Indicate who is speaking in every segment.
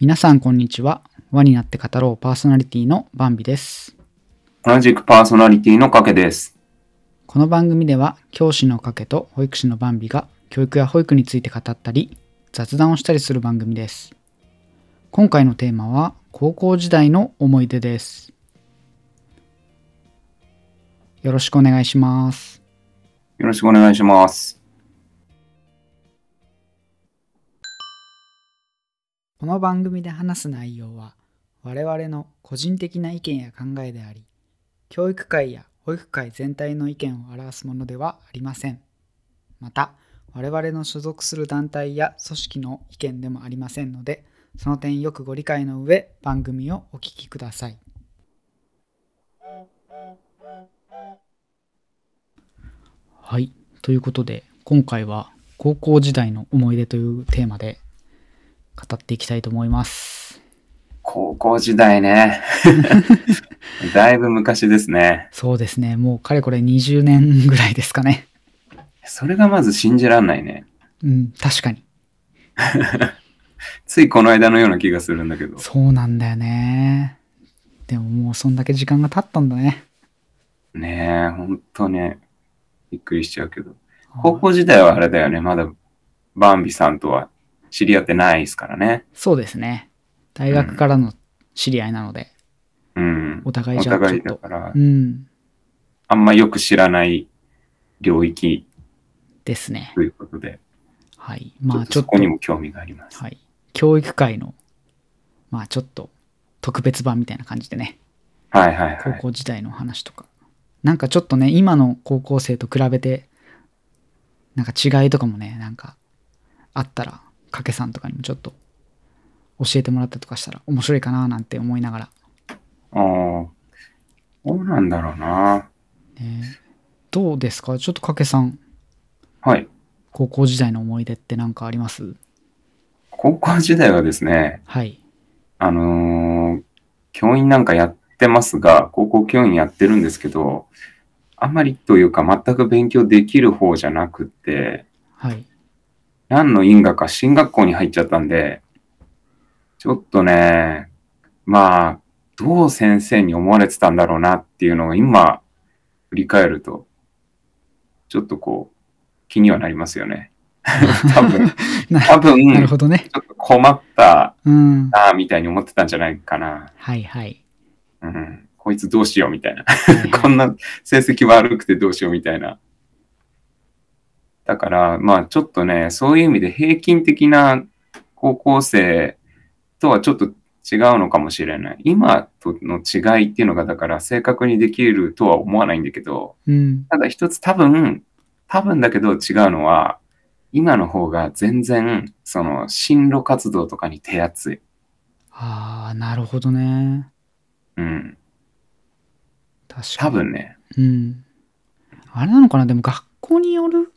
Speaker 1: 皆さんこんにちは。輪になって語ろうパーソナリティのバンビです。
Speaker 2: 同じくパーソナリティのかけです。
Speaker 1: この番組では教師のかけと保育士のバンビが教育や保育について語ったり雑談をしたりする番組です。今回のテーマは高校時代の思い出です。よろしくお願いします。
Speaker 2: よろしくお願いします。
Speaker 1: この番組で話す内容は我々の個人的な意見や考えであり教育界や保育界全体の意見を表すものではありませんまた我々の所属する団体や組織の意見でもありませんのでその点よくご理解の上番組をお聞きくださいはいということで今回は高校時代の思い出というテーマで語っていきたいと思います。
Speaker 2: 高校時 代ね。だいぶ昔ですね。
Speaker 1: そうですね。もうかれこれ20年ぐらいですかね。
Speaker 2: それがまず信じらんないね。
Speaker 1: うん、確かに。
Speaker 2: ついこの間のような気がするんだけど。
Speaker 1: そうなんだよね。でももうそんだけ時間が経ったんだね。
Speaker 2: ねえ、ほんとね。びっくりしちゃうけど。高校時代はあれだよね。まだバンビさんとは知り合ってないですからね。
Speaker 1: そうですね。大学からの知り合いなので、
Speaker 2: うん。
Speaker 1: お互い
Speaker 2: お
Speaker 1: じゃあちょ
Speaker 2: 互
Speaker 1: っ
Speaker 2: いだ
Speaker 1: と。
Speaker 2: から
Speaker 1: う、ん、
Speaker 2: あんまよく知らない領域
Speaker 1: ですね。
Speaker 2: ということで、
Speaker 1: はい。まあ
Speaker 2: ち
Speaker 1: ち
Speaker 2: ょ
Speaker 1: ょ
Speaker 2: っ
Speaker 1: っ、
Speaker 2: とそことにも興味があります。
Speaker 1: はい。教育界の、まあちょっと特別版みたいな感じでね。
Speaker 2: はいはいは
Speaker 1: 高
Speaker 2: い。
Speaker 1: 校時代の話とか、なんかちょっとね今の高校生と比べてなんか違いとかもねなんかあったらかけさんとかにもちょっと教えてもらったりとかしたら面白いかななんて思いながら、
Speaker 2: ああ、どうなんだろうな。
Speaker 1: ねどうですかちょっとかけさん
Speaker 2: はい。
Speaker 1: 高校時代の思い出って何かあります
Speaker 2: 高校時代はですね、
Speaker 1: はい
Speaker 2: あのー教員なんかやってますが、高校教員やってるんですけど、あまりというか全く勉強できる方じゃなくて、
Speaker 1: はい
Speaker 2: 何の因果か進学校に入っちゃったんで、ちょっとね、まあ、どう先生に思われてたんだろうなっていうのが今、振り返ると、ちょっとこう、気にはなります よね。多分、
Speaker 1: な
Speaker 2: 多分、
Speaker 1: なる
Speaker 2: ちょ
Speaker 1: ほどね
Speaker 2: っと困った
Speaker 1: うん
Speaker 2: ああ、みたいに思ってたんじゃないかな。
Speaker 1: はいはい
Speaker 2: うん。こいつどうしようみたいな。
Speaker 1: はいはい
Speaker 2: こんな成績悪くてどうしようみたいな。だから、まあちょっとね、そういう意味で平均的な高校生とはちょっと違うのかもしれない。今との違いっていうのが、だから正確にできるとは思わないんだけど、
Speaker 1: うん
Speaker 2: ただ一つ多分、多分だけど違うのは、今の方が全然、その、進路活動とかに手厚い。
Speaker 1: ああなるほどね
Speaker 2: うん。
Speaker 1: 確かに
Speaker 2: 多分ね。
Speaker 1: うん。あれなのかなでも学校による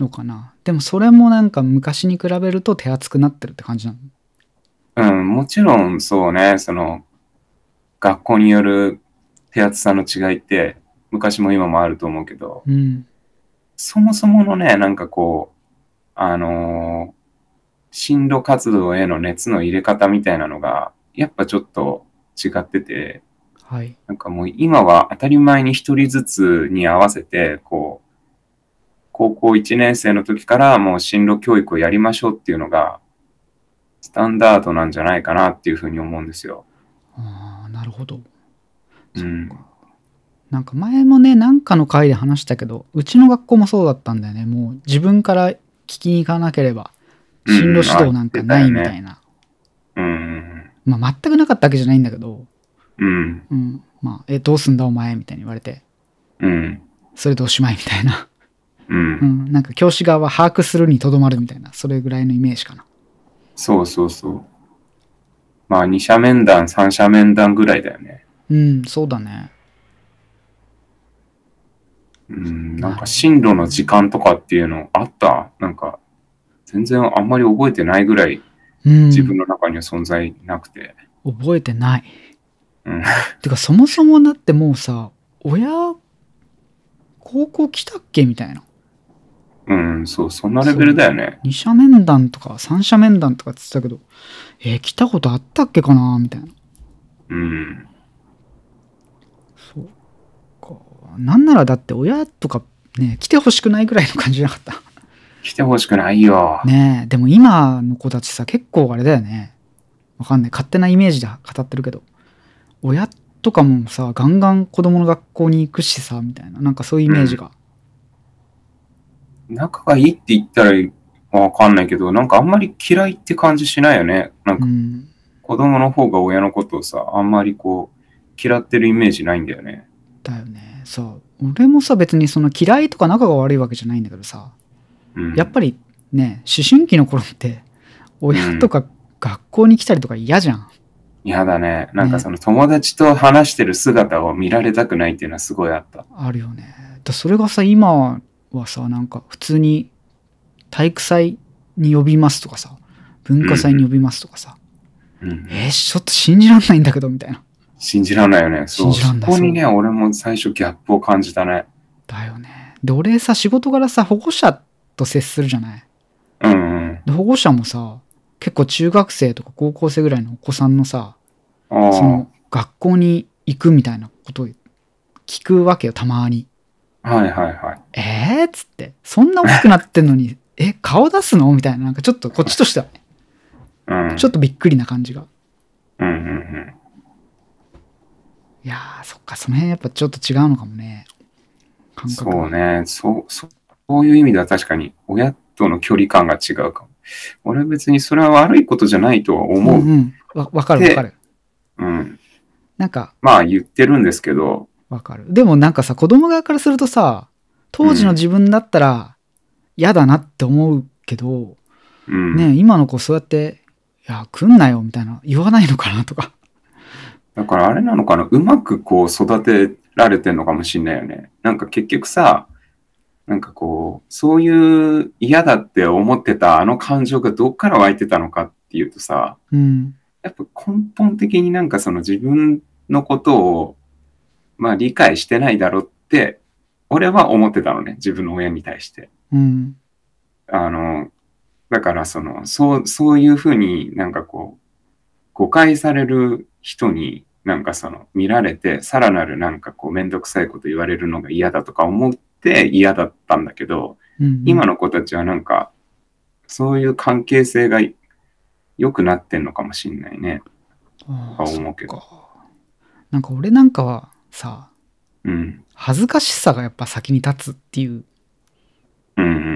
Speaker 1: のかなでもそれもなんか昔に比べると手厚くなってるって感じなの
Speaker 2: うん、もちろんそうね、その、学校による手厚さの違いって、昔も今もあると思うけど、
Speaker 1: うん。
Speaker 2: そもそものね、なんかこう、あのー進路活動への熱の入れ方みたいなのが、やっぱちょっと違ってて、
Speaker 1: はい。
Speaker 2: なんかもう今は当たり前に一人ずつに合わせて、こう、高校1年生の時からもう進路教育をやりましょうっていうのが、スタンダードなんじゃないかなっていうふうに思うんですよ。
Speaker 1: ああ、なるほど。
Speaker 2: うん
Speaker 1: そっか。なんか前もね、なんかの回で話したけど、うちの学校もそうだったんだよね。もう自分から聞きに行かなければ、進路指導なんかないみたいな。
Speaker 2: うん。
Speaker 1: まあ全くなかったわけじゃないんだけど、
Speaker 2: うん。
Speaker 1: うん。まあ、え、どうすんだお前みたいに言われて、
Speaker 2: うん。
Speaker 1: それでおしまいみたいな。
Speaker 2: う。
Speaker 1: うんん。なんか教師側は把握するにとどまるみたいな、それぐらいのイメージかな。
Speaker 2: そうそうそう。まあ、二者面談、三者面談ぐらいだよね。
Speaker 1: うん、そうだね。
Speaker 2: うん。なんか進路の時間とかっていうのあったなんか、全然あんまり覚えてないぐらい
Speaker 1: うん、
Speaker 2: 自分の中には存在なくて。
Speaker 1: 覚えてない。
Speaker 2: うん。
Speaker 1: てかそもそもだってもうさ、親、高校来たっけみたいな。
Speaker 2: うん、そう、そんなレベルだよね。
Speaker 1: 二者面談とか三者面談とかって言ってたけど、えー来たことあったっけかなみたいな。
Speaker 2: うん。
Speaker 1: そうか。なんならだって親とかね、来てほしくないぐらいの感じじゃなかっ
Speaker 2: 来てほしくないよ
Speaker 1: た。。ねえ、でも今の子たちさ、結構あれだよね。わかんない。勝手なイメージで語ってるけど、親とかもさ、ガンガン子供の学校に行くしさ、みたいな。なんかそういうイメージが。
Speaker 2: 仲がいいって言ったらわかんないけど、なんかあんまり嫌いって感じしないよね。なん
Speaker 1: う
Speaker 2: か
Speaker 1: ん。
Speaker 2: 子供の方が親のことをさ、あんまりこう、嫌ってるイメージないんだよね。
Speaker 1: だよね。そう。俺もさ、別にその嫌いとか仲が悪いわけじゃないんだけどさ、
Speaker 2: うん。
Speaker 1: やっぱりね、思春期の頃って、親とか学校に来たりとか嫌じゃん。
Speaker 2: 嫌だね。なんかその友達と話してる姿を見られたくないっていうのはすごいあった。
Speaker 1: あるよね。だそれがさ、今はさ、なんか普通に体育祭に呼びますとかさ、文化祭に呼びますとかさ、
Speaker 2: うん。
Speaker 1: えーちょっと信じらんないんだけど、みたいな。
Speaker 2: 信じらんないよね。
Speaker 1: 信
Speaker 2: そう。
Speaker 1: じら
Speaker 2: そ
Speaker 1: んない
Speaker 2: こにね、俺も最初ギャップを感じたね。
Speaker 1: だよね。で、俺さ、仕事柄さ、保護者と接するじゃない。
Speaker 2: うんうん。
Speaker 1: で、保護者もさ、結構中学生とか高校生ぐらいのお子さんのさ、
Speaker 2: あ
Speaker 1: そ
Speaker 2: あ
Speaker 1: の学校に行くみたいなことを聞くわけよ、たまに。。
Speaker 2: はいはいはい。
Speaker 1: えー、っつって、そんな大きくなってんのに、え、顔出すのみたいな、なんかちょっとこっちとしては、
Speaker 2: うん。
Speaker 1: ちょっとびっくりな感じが。
Speaker 2: うんうんうん。
Speaker 1: いやー、そっか、その辺やっぱちょっと違うのかもね。感覚
Speaker 2: そうね。そう、そうそういう意味では確かに親との距離感が違うかも。俺は別にそれは悪いことじゃないとは
Speaker 1: うん
Speaker 2: 思う。
Speaker 1: うん。わ、わかるわかる。
Speaker 2: うん、
Speaker 1: なんか、
Speaker 2: まあ言ってるんですけど、
Speaker 1: わかる。でもなんかさ、子供側からするとさ、当時の自分だったら嫌だなって思うけど、
Speaker 2: うん。
Speaker 1: ね、今の子そうやって、いや、来んなよみたいな、言わないのかなとか。
Speaker 2: だからあれなのかな、うまくこう育てられてんのかもしんないよね。なんか結局さ、なんかこう、そういう嫌だって思ってたあの感情がどっから湧いてたのかっていうとさ、
Speaker 1: うん。
Speaker 2: やっぱ根本的になんかその自分のことを、まあ理解してないだろうって、俺は思ってたのね、自分の親に対して。
Speaker 1: うん。
Speaker 2: あの、だからその、そう、そういうふうになんかこう、誤解される人になんかその、見られて、さらなるなんかこう、めんどくさいこと言われるのが嫌だとか思って嫌だったんだけど、
Speaker 1: うん、
Speaker 2: 今の子たちはなんか、そういう関係性が良くなってんのかもしんないね、
Speaker 1: あ
Speaker 2: と
Speaker 1: ー
Speaker 2: か思うけ
Speaker 1: そ
Speaker 2: ど。
Speaker 1: っか。なんか俺なんかはさ、
Speaker 2: うん。
Speaker 1: 恥ずかしさがやっぱ先に立つっていう、
Speaker 2: うんうん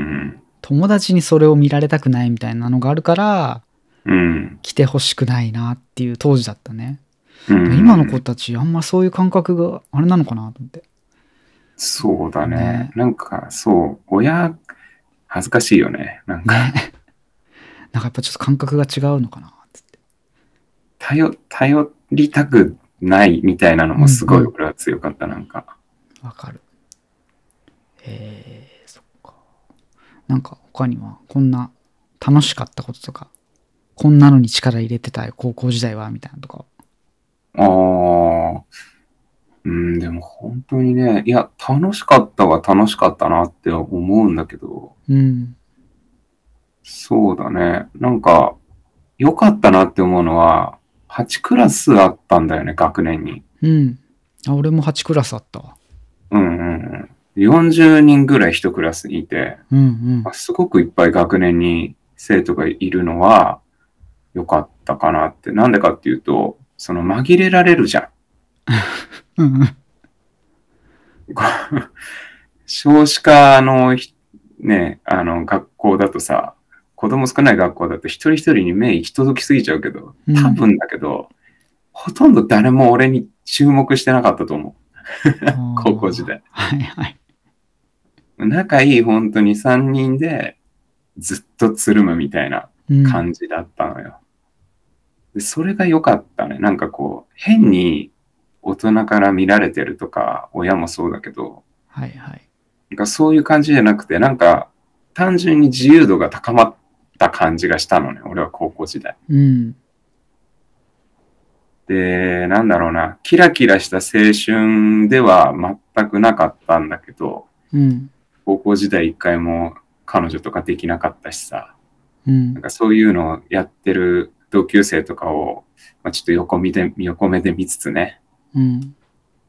Speaker 1: 友達にそれを見られたくないみたいなのがあるから、
Speaker 2: うん。うん
Speaker 1: 来てほしくないなっていう当時だったね。
Speaker 2: うんうん
Speaker 1: 今の子たちあんまそういう感覚があれなのかなと思って。
Speaker 2: そうだね。
Speaker 1: ね
Speaker 2: なんか、そう、親、恥ずかしいよね。なんか、
Speaker 1: ね。なんかやっぱちょっと感覚が違うのかなっつって。
Speaker 2: 頼、頼りたくないみたいなのもすご
Speaker 1: うん
Speaker 2: い
Speaker 1: うん
Speaker 2: 俺は強かった、なんか。
Speaker 1: わかる。えー、そっか。なんか他にはこんな楽しかったこととか、こんなのに力入れてたよ、高校時代は、みたいなのとか。
Speaker 2: ああ、うん、でも本当にね、いや、楽しかったは楽しかったなって思うんだけど、
Speaker 1: うん。
Speaker 2: そうだね。なんか、良かったなって思うのは、8クラスあったんだよね、学年に。
Speaker 1: うん。あ、俺も8クラスあったわ。
Speaker 2: うんうんうん。40人ぐらい1クラスにいて、
Speaker 1: うんうん
Speaker 2: まあ。すごくいっぱい学年に生徒がいるのは良かったかなって。なんでかっていうと、その紛れられるじゃん。
Speaker 1: うんうん。
Speaker 2: こう少子化のひ、ね、あの、学校だとさ、子供少ない学校だと一人一人に目行き届きすぎちゃうけど、
Speaker 1: うん
Speaker 2: 多分だけど、ほとんど誰も俺に注目してなかったと思う。高校時代。
Speaker 1: あー。はいはい。
Speaker 2: 仲いい本当に3人でずっとつるむみたいな
Speaker 1: うん、
Speaker 2: 感じだったのよ。でそれが良かったね。なんかこう、変に大人から見られてるとか、親もそうだけど、
Speaker 1: はいはい。
Speaker 2: なんかそういう感じじゃなくて、なんか単純に自由度が高まった感じがしたのね。俺は高校時代。
Speaker 1: うん。
Speaker 2: で、なんだろうな、キラキラした青春では全くなかったんだけど、
Speaker 1: うん。
Speaker 2: 高校時代一回も彼女とかできなかったしさ、
Speaker 1: うん
Speaker 2: なんかそういうのをやってる同級生とかを、まあ、ちょっと横見て、横目で見つつね、
Speaker 1: うん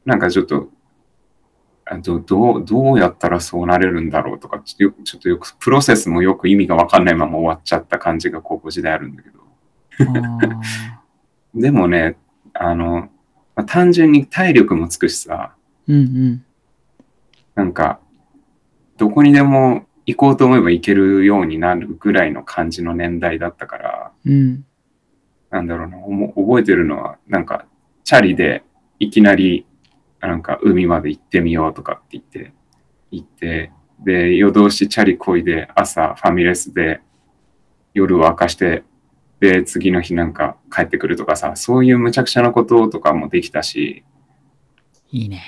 Speaker 2: なんかちょっと、あどどうどうやったらそうなれるんだろうとか、ちょっとよく、ちょっとよくプロセスもよく意味がわかんないまま終わっちゃった感じが高校時代あるんだけど。
Speaker 1: あー
Speaker 2: でもね、あの、まあ単純に体力もつくしさ、
Speaker 1: うんうん
Speaker 2: なんか、どこにでも行こうと思えば行けるようになるぐらいの感じの年代だったから、
Speaker 1: うん
Speaker 2: なんだろうな、おも覚えてるのは、なんか、チャリでいきなり、なんか、海まで行ってみようとかって言って、行って、で、夜通しチャリこいで、朝ファミレスで、夜を明かして、で、次の日なんか帰ってくるとかさ、そういう無茶苦茶なこととかもできたし、
Speaker 1: いいね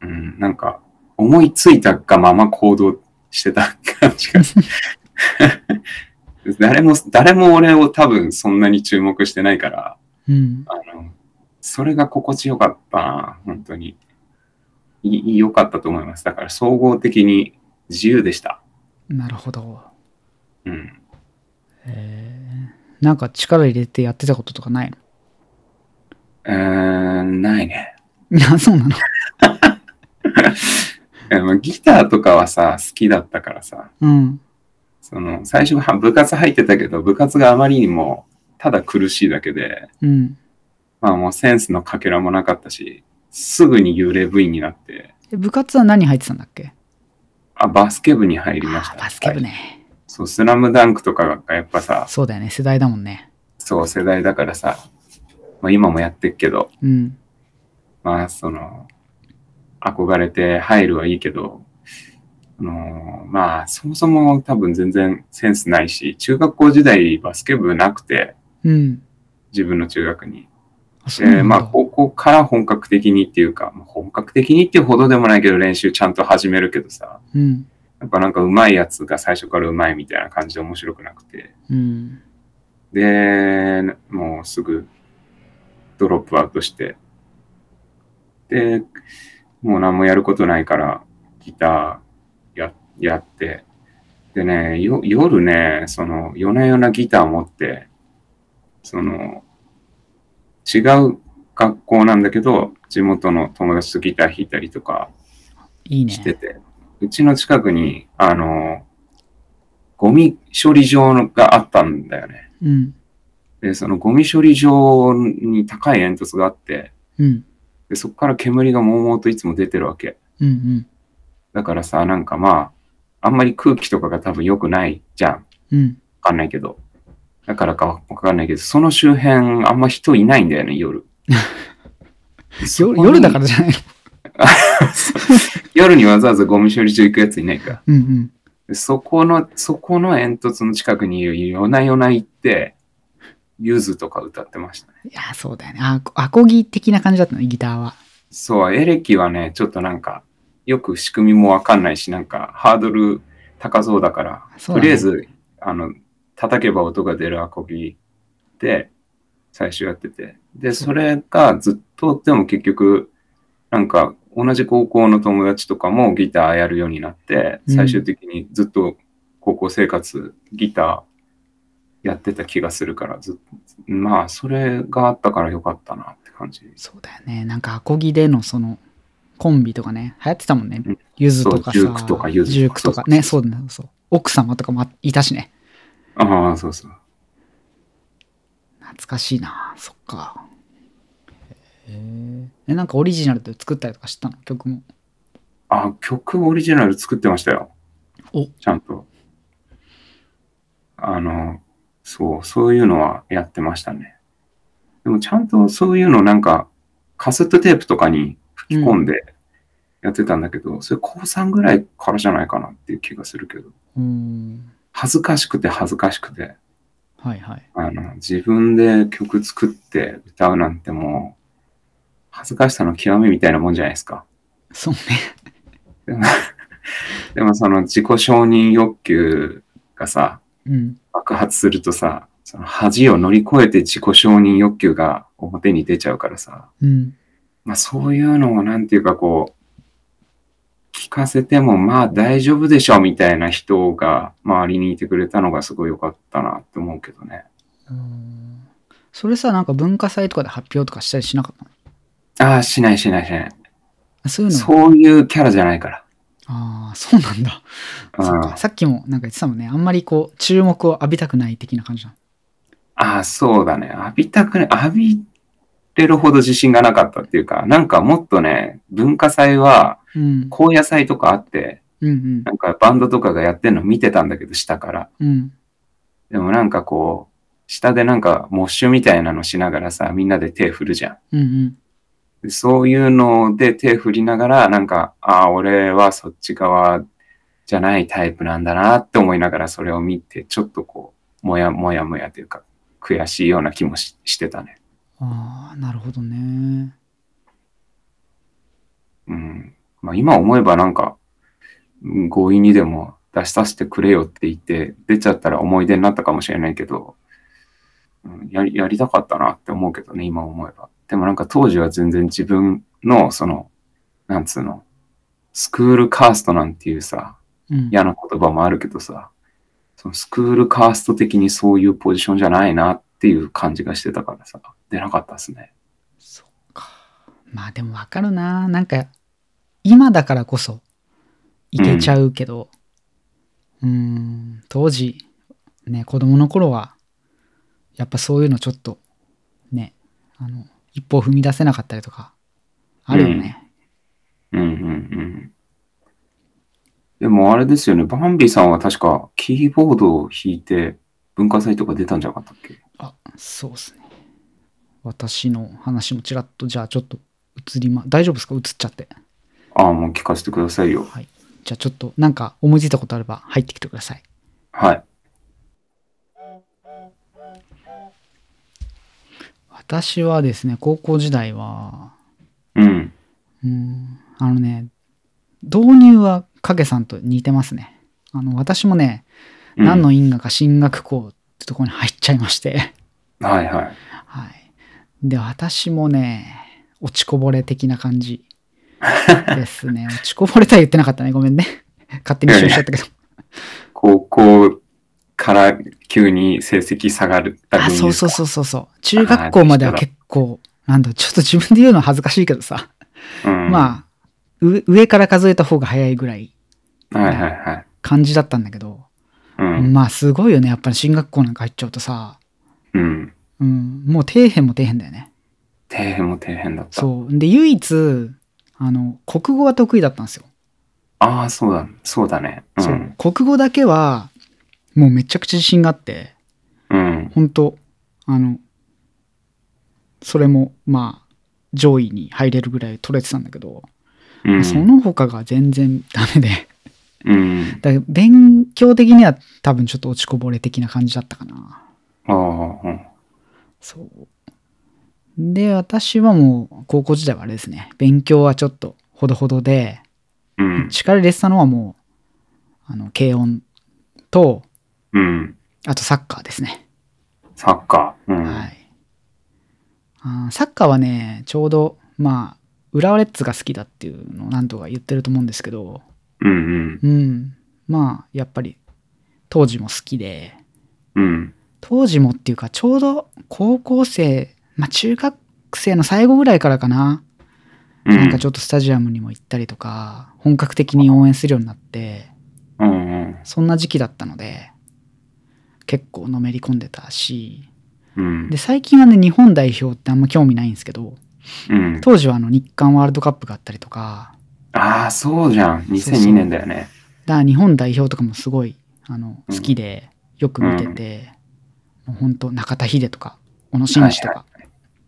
Speaker 2: うん、なんか、思いついたがまま行動してた感じが。 誰も、誰も俺を多分そんなに注目してないから、
Speaker 1: うん
Speaker 2: あの、それが心地よかったな、本当に。いい良かったと思います。だから総合的に自由でした。
Speaker 1: なるほど
Speaker 2: うん。
Speaker 1: えー、なんか力入れてやってたこととかないの
Speaker 2: うーん、ないね。
Speaker 1: いやそうなの
Speaker 2: えまあギターとかはさ、好きだったからさ、
Speaker 1: うん
Speaker 2: その、最初は部活入ってたけど、部活があまりにも、ただ苦しいだけで、
Speaker 1: うん
Speaker 2: まあもうセンスのかけらもなかったし、すぐに幽霊部員になって、
Speaker 1: え部活は何入ってたんだっけ
Speaker 2: あ、バスケ部に入りました。
Speaker 1: あーバスケ部ね、
Speaker 2: そう、スラムダンクとかがやっぱさ、
Speaker 1: そうだよね世代だもんね
Speaker 2: そう、世代だからさ、まあ、今もやってっけど、
Speaker 1: うん
Speaker 2: まあ、その、憧れて入るはいいけど、あのーまあ、そもそも多分全然センスないし、中学校時代バスケ部なくて、
Speaker 1: うん
Speaker 2: 自分の中学に。
Speaker 1: あそうなん
Speaker 2: で、
Speaker 1: だ、
Speaker 2: まあ、高校から本格的にっていうか、まあ本格的にっていうほどでもないけど、練習ちゃんと始めるけどさ、
Speaker 1: うん
Speaker 2: やっぱなんか上手いやつが最初から上手いみたいな感じで面白くなくて、
Speaker 1: うん
Speaker 2: で、もうすぐドロップアウトして、で、もう何もやることないから、ギターややって、でね、よ夜ね、その、夜な夜なギター持って、その、違う学校なんだけど、地元の友達とギター弾いたりとか、
Speaker 1: いいね
Speaker 2: してて、うちの近くに、あの、ゴミ処理場のがあったんだよね。
Speaker 1: うん
Speaker 2: で、そのゴミ処理場に高い煙突があって、
Speaker 1: うん
Speaker 2: でそこから煙がもうもうといつも出てるわけ。
Speaker 1: うんうん
Speaker 2: だからさ、なんかまあ、あんまり空気とかが多分良くないじゃん。
Speaker 1: うん
Speaker 2: わかんないけど。だからかわかんないけど、その周辺あんま人いないんだよね、夜。そこ
Speaker 1: 夜
Speaker 2: に
Speaker 1: 夜だからじゃない の
Speaker 2: 夜にわざわざゴミ処理場行くやついないから。
Speaker 1: うんうん
Speaker 2: でそこの、そこの煙突の近くに夜な夜な行って、ゆずとか歌ってましたね。
Speaker 1: いや、そうだよね。あアコギ的な感じだったの、ギターは。
Speaker 2: そう、エレキはね、ちょっとなんか、よく仕組みもわかんないし、なんか、ハードル高そうだから、
Speaker 1: そう
Speaker 2: と
Speaker 1: だね
Speaker 2: りあえず、あの、叩けば音が出るアコギで、最初やってて。で、それがずっと、でも結局、なんか、同じ高校の友達とかもギターやるようになって、
Speaker 1: うん
Speaker 2: 最終的にずっと高校生活、ギターやってた気がするから、ずっまあ、それがあったからよかったなって感じ。
Speaker 1: そうだよね。なんかアコギでのその、コンビとかね、流行ってたもんね
Speaker 2: うん。
Speaker 1: ゆずとかさ。
Speaker 2: そうジュークとかユズとか
Speaker 1: ジュークとか。ね、そうだね。そう。奥様とかもいたしね。
Speaker 2: ああ、そうそう。
Speaker 1: 懐かしいな。そっか。へえ。なんかオリジナルで作ったりとかしたの、曲も。
Speaker 2: あ、曲オリジナル作ってましたよ。
Speaker 1: お
Speaker 2: ちゃんと。あの、そう、そういうのはやってましたね。でもちゃんとそういうのなんか、カセットテープとかに吹き込んでやってたんだけど、それ高3ぐらいからじゃないかなっていう気がするけど、
Speaker 1: うーん。
Speaker 2: 恥ずかしくて恥ずかしくて、
Speaker 1: はいはい。
Speaker 2: あの、自分で曲作って歌うなんてもう、恥ずかしさの極みみたいなもんじゃないですか。
Speaker 1: そうね。
Speaker 2: でもその自己承認欲求がさ、
Speaker 1: うん。
Speaker 2: 爆発するとさ、その恥を乗り越えて自己承認欲求が表に出ちゃうからさ、
Speaker 1: うん。
Speaker 2: まあそういうのをなんていうかこう、聞かせても、まあ大丈夫でしょ、みたいな人が周りにいてくれたのがすごい良かったなって思うけどね。
Speaker 1: うんそれさ、なんか文化祭とかで発表とかしたりしなかった
Speaker 2: ああ、しないしないしない。
Speaker 1: のそういうの
Speaker 2: そういうキャラじゃないから。
Speaker 1: ああ、そうなんだ。
Speaker 2: うん
Speaker 1: そっかさっきもなんか言ってたもんね。あんまりこう、注目を浴びたくない的な感じな
Speaker 2: ああ、そうだね。浴びたくない。浴びれるほど自信がなかったっていうか、なんかもっとね、文化祭は、
Speaker 1: の。うん。
Speaker 2: 高野祭とかあって、
Speaker 1: うん
Speaker 2: なんかバンドとかがやってんの見てたんだけど、下から。
Speaker 1: うん。うん。
Speaker 2: でもなんかこう、下でなんか、モッシュみたいなのしながらさ、みんなで手振るじゃん。
Speaker 1: うんうん。
Speaker 2: でそういうので手振りながら、なんか、ああ、俺はそっち側じゃないタイプなんだなって思いながらそれを見て、ちょっとこう、もやもやもやというか、悔しいような気もししてたね。
Speaker 1: ああ、なるほどね。
Speaker 2: うん。まあ今思えばなんか、うん強引にでも出しさせてくれよって言って、出ちゃったら思い出になったかもしれないけど、うん、やりやりたかったなって思うけどね、今思えば。でもなんか当時は全然自分の、その、なんつうの、スクールカーストなんていうさ、
Speaker 1: うん。
Speaker 2: 嫌な言葉もあるけどさ、そのスクールカースト的にそういうポジションじゃないなっていう感じがしてたからさ、出なかったですね。
Speaker 1: そっか。まあでもわかるな。なんか、今だからこそ、いけちゃうけど、うーん、当時、ね、子供の頃は、やっぱそういうのちょっと、ね、あの、一歩踏み出せなかったりとか、あるよね。
Speaker 2: うんうんうん。でもあれですよね、バンビさんは確かキーボードを弾いて文化祭とか出たんじゃなかったっけ
Speaker 1: あ、そうっすね。私の話もちらっと、じゃあちょっと映りま、大丈夫ですか映っちゃって。
Speaker 2: ああ、もう聞かせてくださいよ。
Speaker 1: はい。じゃあちょっと、なんか思いついたことあれば入ってきてください。
Speaker 2: はい。
Speaker 1: 私はですね、高校時代は、
Speaker 2: うん。
Speaker 1: うん、あのね、導入は影さんと似てますね。あの、私もね、
Speaker 2: うん
Speaker 1: 何の因果か進学校ってとこに入っちゃいまして。
Speaker 2: はいはい。
Speaker 1: はい。で、私もね、落ちこぼれ的な感 じですね。落ちこぼれとは言ってなかったね。ごめんね。 勝手に一緒しちゃったけど。
Speaker 2: 高校から急に成績下がった
Speaker 1: あ、
Speaker 2: 組ですか
Speaker 1: そうそうそうそうそう。中学校までは結構、なんだ、ちょっと自分で言うのは恥ずかしいけどさ。
Speaker 2: うん、
Speaker 1: まあ、う上から数えた方が早いぐらい
Speaker 2: あ。はいはいはい。
Speaker 1: 感じだったんだけど。
Speaker 2: うん。
Speaker 1: まあすごいよね。やっぱり進学校なんか入っちゃうとさ、
Speaker 2: うん。
Speaker 1: うん、もう底辺も底辺だよね。
Speaker 2: 底辺も底辺だった。
Speaker 1: そう。で、唯一、あの、国語が得意だったんですよ。
Speaker 2: ああ、そうだ、そうだね。う
Speaker 1: そ
Speaker 2: ん
Speaker 1: う。。国語だけは、もうめちゃくちゃ自信があって、
Speaker 2: うん。
Speaker 1: 本当あの、それも、まあ、上位に入れるぐらい取れてたんだけど、
Speaker 2: うん。
Speaker 1: その他が全然ダメで、
Speaker 2: うん。
Speaker 1: だから勉強的には多分ちょっと落ちこぼれ的な感じだったかな。
Speaker 2: ああ、うん。
Speaker 1: そう。で、私はもう高校時代はあれですね、勉強はちょっとほどほどで、
Speaker 2: うん。
Speaker 1: 力入れてたのはもう、あの、軽音と、
Speaker 2: うん。
Speaker 1: あとサッカーですね。
Speaker 2: サッカー。うん。
Speaker 1: はい。あーサッカーはね、ちょうど、まあ、浦和レッズが好きだっていうのを何度か言ってると思うんですけど、
Speaker 2: うん
Speaker 1: うん。まあ、やっぱり、当時も好きで、
Speaker 2: うん。うん。
Speaker 1: 当時もっていうか、ちょうど高校生、まあ中学生の最後ぐらいからかな、
Speaker 2: うん。
Speaker 1: なんかちょっとスタジアムにも行ったりとか、本格的に応援するようになって、
Speaker 2: うんうん。
Speaker 1: そんな時期だったので、結構のめり込んでたし、
Speaker 2: うん
Speaker 1: で、。最近はね、日本代表ってあんま興味ないんですけど、
Speaker 2: うん。
Speaker 1: 当時はあの日韓ワールドカップがあったりとか、
Speaker 2: ああ、そうじゃん。
Speaker 1: そうそ
Speaker 2: 2002
Speaker 1: う
Speaker 2: 年だよね。
Speaker 1: だから日本代表とかもすごい、あの、
Speaker 2: うん
Speaker 1: 好きで、よく見てて、もうほんと中田秀とか、小野伸二とか、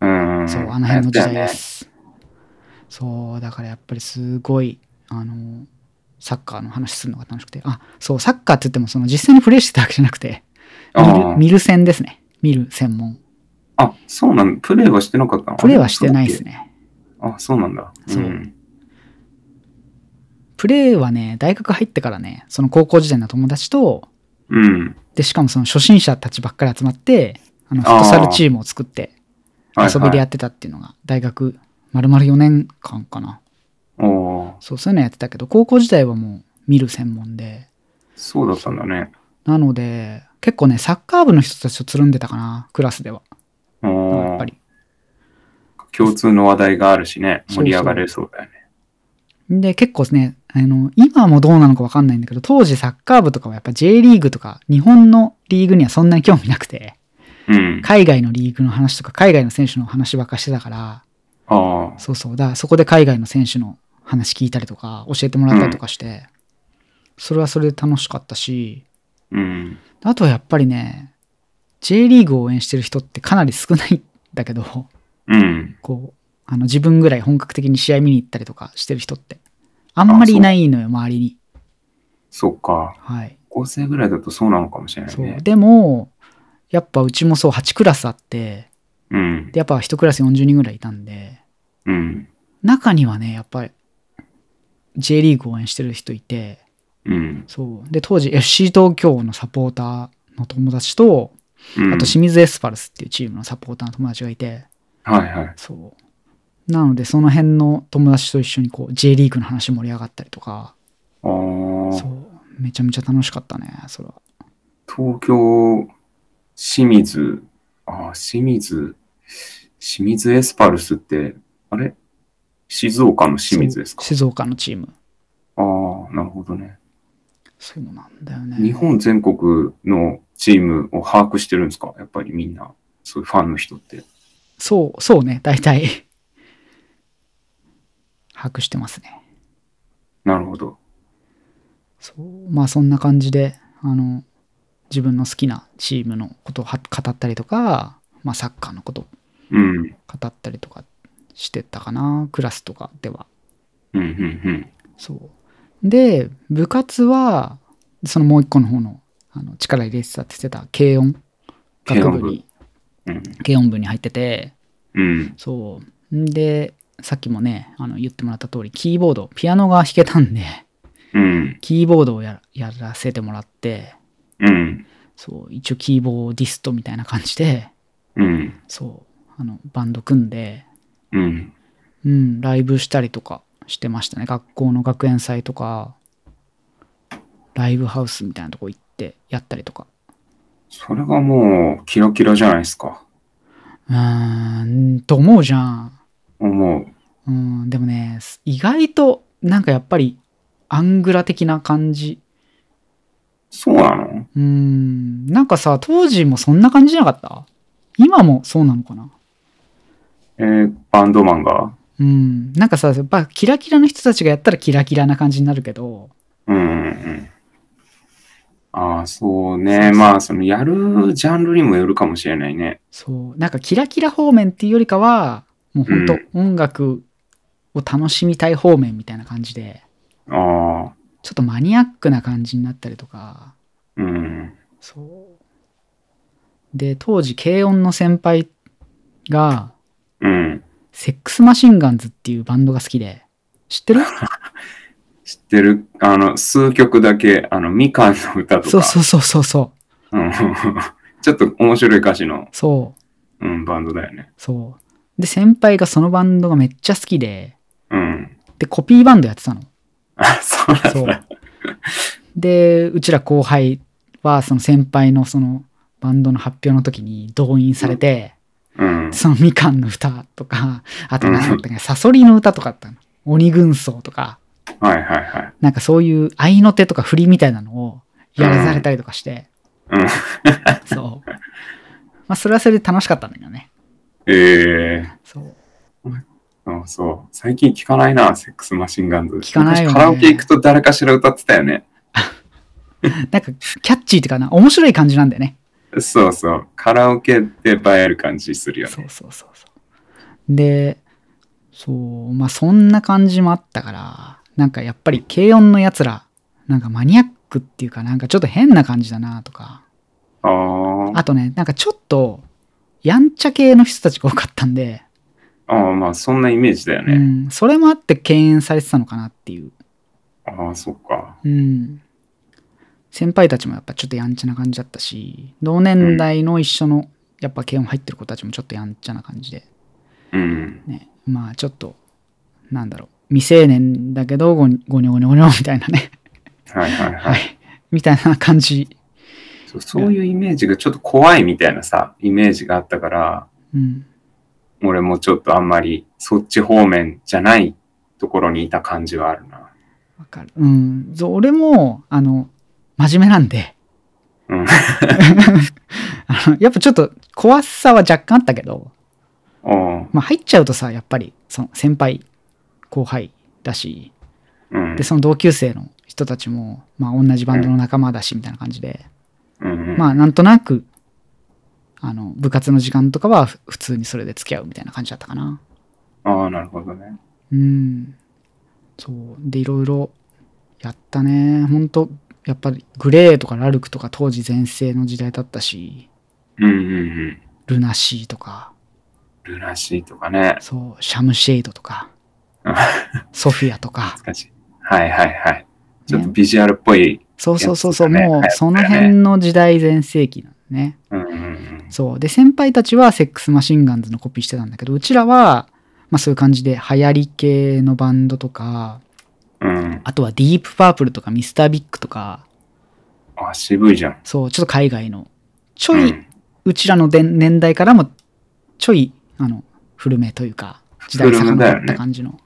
Speaker 2: うんうん。
Speaker 1: そう、あの辺の時代で
Speaker 2: やったよね。
Speaker 1: す。そう、だからやっぱりすごい、あの、サッカーの話するのが楽しくて。あ、そう、サッカーって言っても、その実際にプレイしてたわけじゃなくて、見
Speaker 2: あ
Speaker 1: る、見る戦ですね。見る専門。
Speaker 2: ああ、そうなんプレイはしてなかったの
Speaker 1: プレイはしてないです。ね。
Speaker 2: あ、そうなんだ。
Speaker 1: そうんプレイはね、大学入ってからね、その高校時代の友達と、
Speaker 2: うん。
Speaker 1: で、しかもその初心者たちばっかり集まって、あの、フ
Speaker 2: あー
Speaker 1: ットサルチームを作って
Speaker 2: はいはい
Speaker 1: 遊びでやってたっていうのが、大学、丸々4年間かな。
Speaker 2: おお
Speaker 1: そう、そういうのやってたけど、高校自体はもう見る専門で。
Speaker 2: そうだったんだね。
Speaker 1: なので、結構ね、サッカー部の人たちとつるんでたかな、クラスでは。
Speaker 2: おお
Speaker 1: やっぱり。
Speaker 2: 共通の話題があるしね、
Speaker 1: そうそう
Speaker 2: 盛り上がれそうだよね。
Speaker 1: で、結構ね、あの、今もどうなのかわかんないんだけど、当時サッカー部とかはやっぱ J リーグとか、日本のリーグにはそんなに興味なくて、
Speaker 2: うん。
Speaker 1: 海外のリーグの話とか、海外の選手の話ばっかしてたから、
Speaker 2: ああ、
Speaker 1: そうそう。だからそこで海外の選手の話聞いたりとか、教えてもらったりとかして、それはそれで楽しかったし、
Speaker 2: うん。
Speaker 1: あとはやっぱりね、J リーグを応援してる人ってかなり少ないんだけど、
Speaker 2: うん。
Speaker 1: こう、あの自分ぐらい本格的に試合見に行ったりとかしてる人って、あんまりいないのよ、周りに。
Speaker 2: そっか。
Speaker 1: はい。
Speaker 2: 高校生ぐらいだとそうなのかもしれない
Speaker 1: そう
Speaker 2: ね。。
Speaker 1: でも、やっぱうちもそう8クラスあって、
Speaker 2: うん。
Speaker 1: でやっぱ1クラス40人ぐらいいたんで、
Speaker 2: うん。
Speaker 1: 中にはね、やっぱり J リーグを応援してる人いて、
Speaker 2: うん。
Speaker 1: そう。で、当時 FC 東京のサポーターの友達と、
Speaker 2: うん
Speaker 1: あと清水エスパルスっていうチームのサポーターの友達がいて、
Speaker 2: はいはい。
Speaker 1: そう。なので、その辺の友達と一緒にこう J リーグの話盛り上がったりとか、
Speaker 2: ああ
Speaker 1: そ。う。めちゃめちゃ楽しかったね、それは。
Speaker 2: 東京、清水、あ、清水、清水エスパルスって、あれ静岡の清水ですか
Speaker 1: そう静岡のチーム。
Speaker 2: ああ、なるほどね。
Speaker 1: そうなんだよね。
Speaker 2: 日本全国のチームを把握してるんですかやっぱりみんな、そういうファンの人って。
Speaker 1: そう、そうね、大体。把握してますね。
Speaker 2: なるほど。
Speaker 1: そう。まあ、そんな感じで、あの、自分の好きなチームのことをは語ったりとか、まあ、サッカーのこと
Speaker 2: うん。うん、
Speaker 1: 語ったりとかしてたかなクラスとかでは
Speaker 2: うん、うん。
Speaker 1: そうで部活はそのもう一個の方のあの力入れてたって言ってた軽音
Speaker 2: 軽
Speaker 1: 学
Speaker 2: 音部
Speaker 1: 部に
Speaker 2: うん。
Speaker 1: 軽音部に入ってて
Speaker 2: うん。
Speaker 1: そうんでさっきもねあの言ってもらった通りキーボードピアノが弾けたんで
Speaker 2: うん。
Speaker 1: キーボードをややらせてもらって
Speaker 2: うん。
Speaker 1: そう一応キーボーディストみたいな感じで
Speaker 2: うん。
Speaker 1: そうあのバンド組んで
Speaker 2: うん。
Speaker 1: うん、ライブしたりとかしてましたね。学校の学園祭とか、ライブハウスみたいなとこ行ってやったりとか。
Speaker 2: それがもう、キラキラじゃないですか。
Speaker 1: うーん、と思うじゃん。
Speaker 2: 思う。
Speaker 1: うん、でもね、意外となんかやっぱりアングラ的な感じ。
Speaker 2: そうなの
Speaker 1: うん、なんかさ、当時もそんな感じじゃなかった今もそうなのかな
Speaker 2: えーバンドマンが
Speaker 1: うん、なんかさ、やっぱキラキラの人たちがやったらキラキラな感じになるけど、
Speaker 2: うんうんうん。ああ、そうね。
Speaker 1: そうそう
Speaker 2: まあ、その、やるジャンルにもよるかもしれないね。
Speaker 1: そう、なんかキラキラ方面っていうよりかは、もう本当、音楽を楽しみたい方面みたいな感じで、
Speaker 2: ああ、
Speaker 1: ちょっとマニアックな感じになったりとか、
Speaker 2: うん。
Speaker 1: そう。で、当時、軽音の先輩が、
Speaker 2: うん。
Speaker 1: セックスマシンガンズっていうバンドが好きで、知ってる
Speaker 2: 知ってるあの、数曲だけ、あの、みかんの歌とか。
Speaker 1: そうそうそうそうそう
Speaker 2: うん。 ちょっと面白い歌詞の、。
Speaker 1: そう、
Speaker 2: うん、バンドだよね。
Speaker 1: そう。で、先輩がそのバンドがめっちゃ好きで、
Speaker 2: うん。
Speaker 1: で、コピーバンドやってたの。
Speaker 2: あ、そうなん
Speaker 1: そう
Speaker 2: だ。。
Speaker 1: で、うちら後輩は、その先輩のそのバンドの発表の時に動員されて、
Speaker 2: うん。
Speaker 1: そのみかんの歌とか、あと何だったっけ、サソリの歌とかあったの。鬼軍曹とか、
Speaker 2: はいはいはい。
Speaker 1: なんかそういう合いの手とか振りみたいなのをやらされたりとかして、
Speaker 2: うん。
Speaker 1: そう。まあ、それはそれで楽しかったんだけどね。
Speaker 2: ええ
Speaker 1: そう。
Speaker 2: あそう。最近聞かないな、セックスマシンガンズ。
Speaker 1: 聞かないよね
Speaker 2: 昔カラオケ行くと誰かしら歌ってたよね。
Speaker 1: なんか、キャッチーっていうかな、面白い感じなんだよね。
Speaker 2: そうそう。カラオケって映える感じするよ
Speaker 1: そ
Speaker 2: ね。
Speaker 1: うそうそうそう。で、そう、まあそんな感じもあったから、なんかやっぱり軽音のやつら、なんかマニアックっていうかなんかちょっと変な感じだなとか、
Speaker 2: ああ。
Speaker 1: あとね、なんかちょっと、やんちゃ系の人たちが多かったんで、
Speaker 2: ああ、まあそんなイメージだよ
Speaker 1: う
Speaker 2: ね。
Speaker 1: ん、それもあって敬遠されてたのかなっていう。
Speaker 2: ああ、そっか。
Speaker 1: うん。先輩たちもやっぱちょっとやんちゃな感じだったし、同年代の一緒の、やっぱ軽音入ってる子たちもちょっとやんちゃな感じで、
Speaker 2: うん。
Speaker 1: ね、まあちょっと、なんだろう、未成年だけど、ごにごにょごにょごにょみ たいなね。
Speaker 2: はいはい
Speaker 1: は
Speaker 2: はい。
Speaker 1: い。 みたいな感じ。
Speaker 2: そうそういうイメージがちょっと怖いみたいなさ、イメージがあったから、
Speaker 1: うん。
Speaker 2: 俺もちょっとあんまりそっち方面じゃないところにいた感じはあるな。
Speaker 1: わかる。うん。そう俺も、あの、真面目なんで。
Speaker 2: うん。
Speaker 1: あのやっぱちょっと怖さは若干あったけど、
Speaker 2: おう
Speaker 1: まあ入っちゃうとさ、やっぱり、その先輩、後輩だし、
Speaker 2: うん
Speaker 1: で、。その同級生の人たちも、まあ同じバンドの仲間だし、みたいな感じで、
Speaker 2: うんうん
Speaker 1: まあなんとなく、あの、部活の時間とかはふ普通にそれで付き合うみたいな感じだったかな。
Speaker 2: ああ、なるほどね。
Speaker 1: うん。そう。で、いろいろやったね。ほんと、やっぱりグレーとかラルクとか当時全盛の時代だったし、
Speaker 2: うんうんうん。
Speaker 1: ルナシーとか、
Speaker 2: ルナシーとかね。
Speaker 1: そう、シャムシェイドと か
Speaker 2: うん、
Speaker 1: ソフィアとか、
Speaker 2: 懐かしい。はいはいはい。ちょっとビジュアルっぽい。
Speaker 1: そうそうそうそう、
Speaker 2: やつとかね
Speaker 1: もう
Speaker 2: 流行ったよね
Speaker 1: その辺の時代全盛期なのね。
Speaker 2: うんうんうん。
Speaker 1: そう。で、先輩たちはセックスマシンガンズのコピーしてたんだけど、うちらは、まあそういう感じで流行り系のバンドとか、
Speaker 2: うん。
Speaker 1: あとはディープパープルとかミスタービッグとか、
Speaker 2: あ、渋いじゃん。
Speaker 1: そう、ちょっと海外の、ち
Speaker 2: う
Speaker 1: ょい、
Speaker 2: ん。
Speaker 1: うちらので年代からも、ちょい、あの、古めというか、時代
Speaker 2: 古めだよ
Speaker 1: 遡
Speaker 2: ね
Speaker 1: った感じの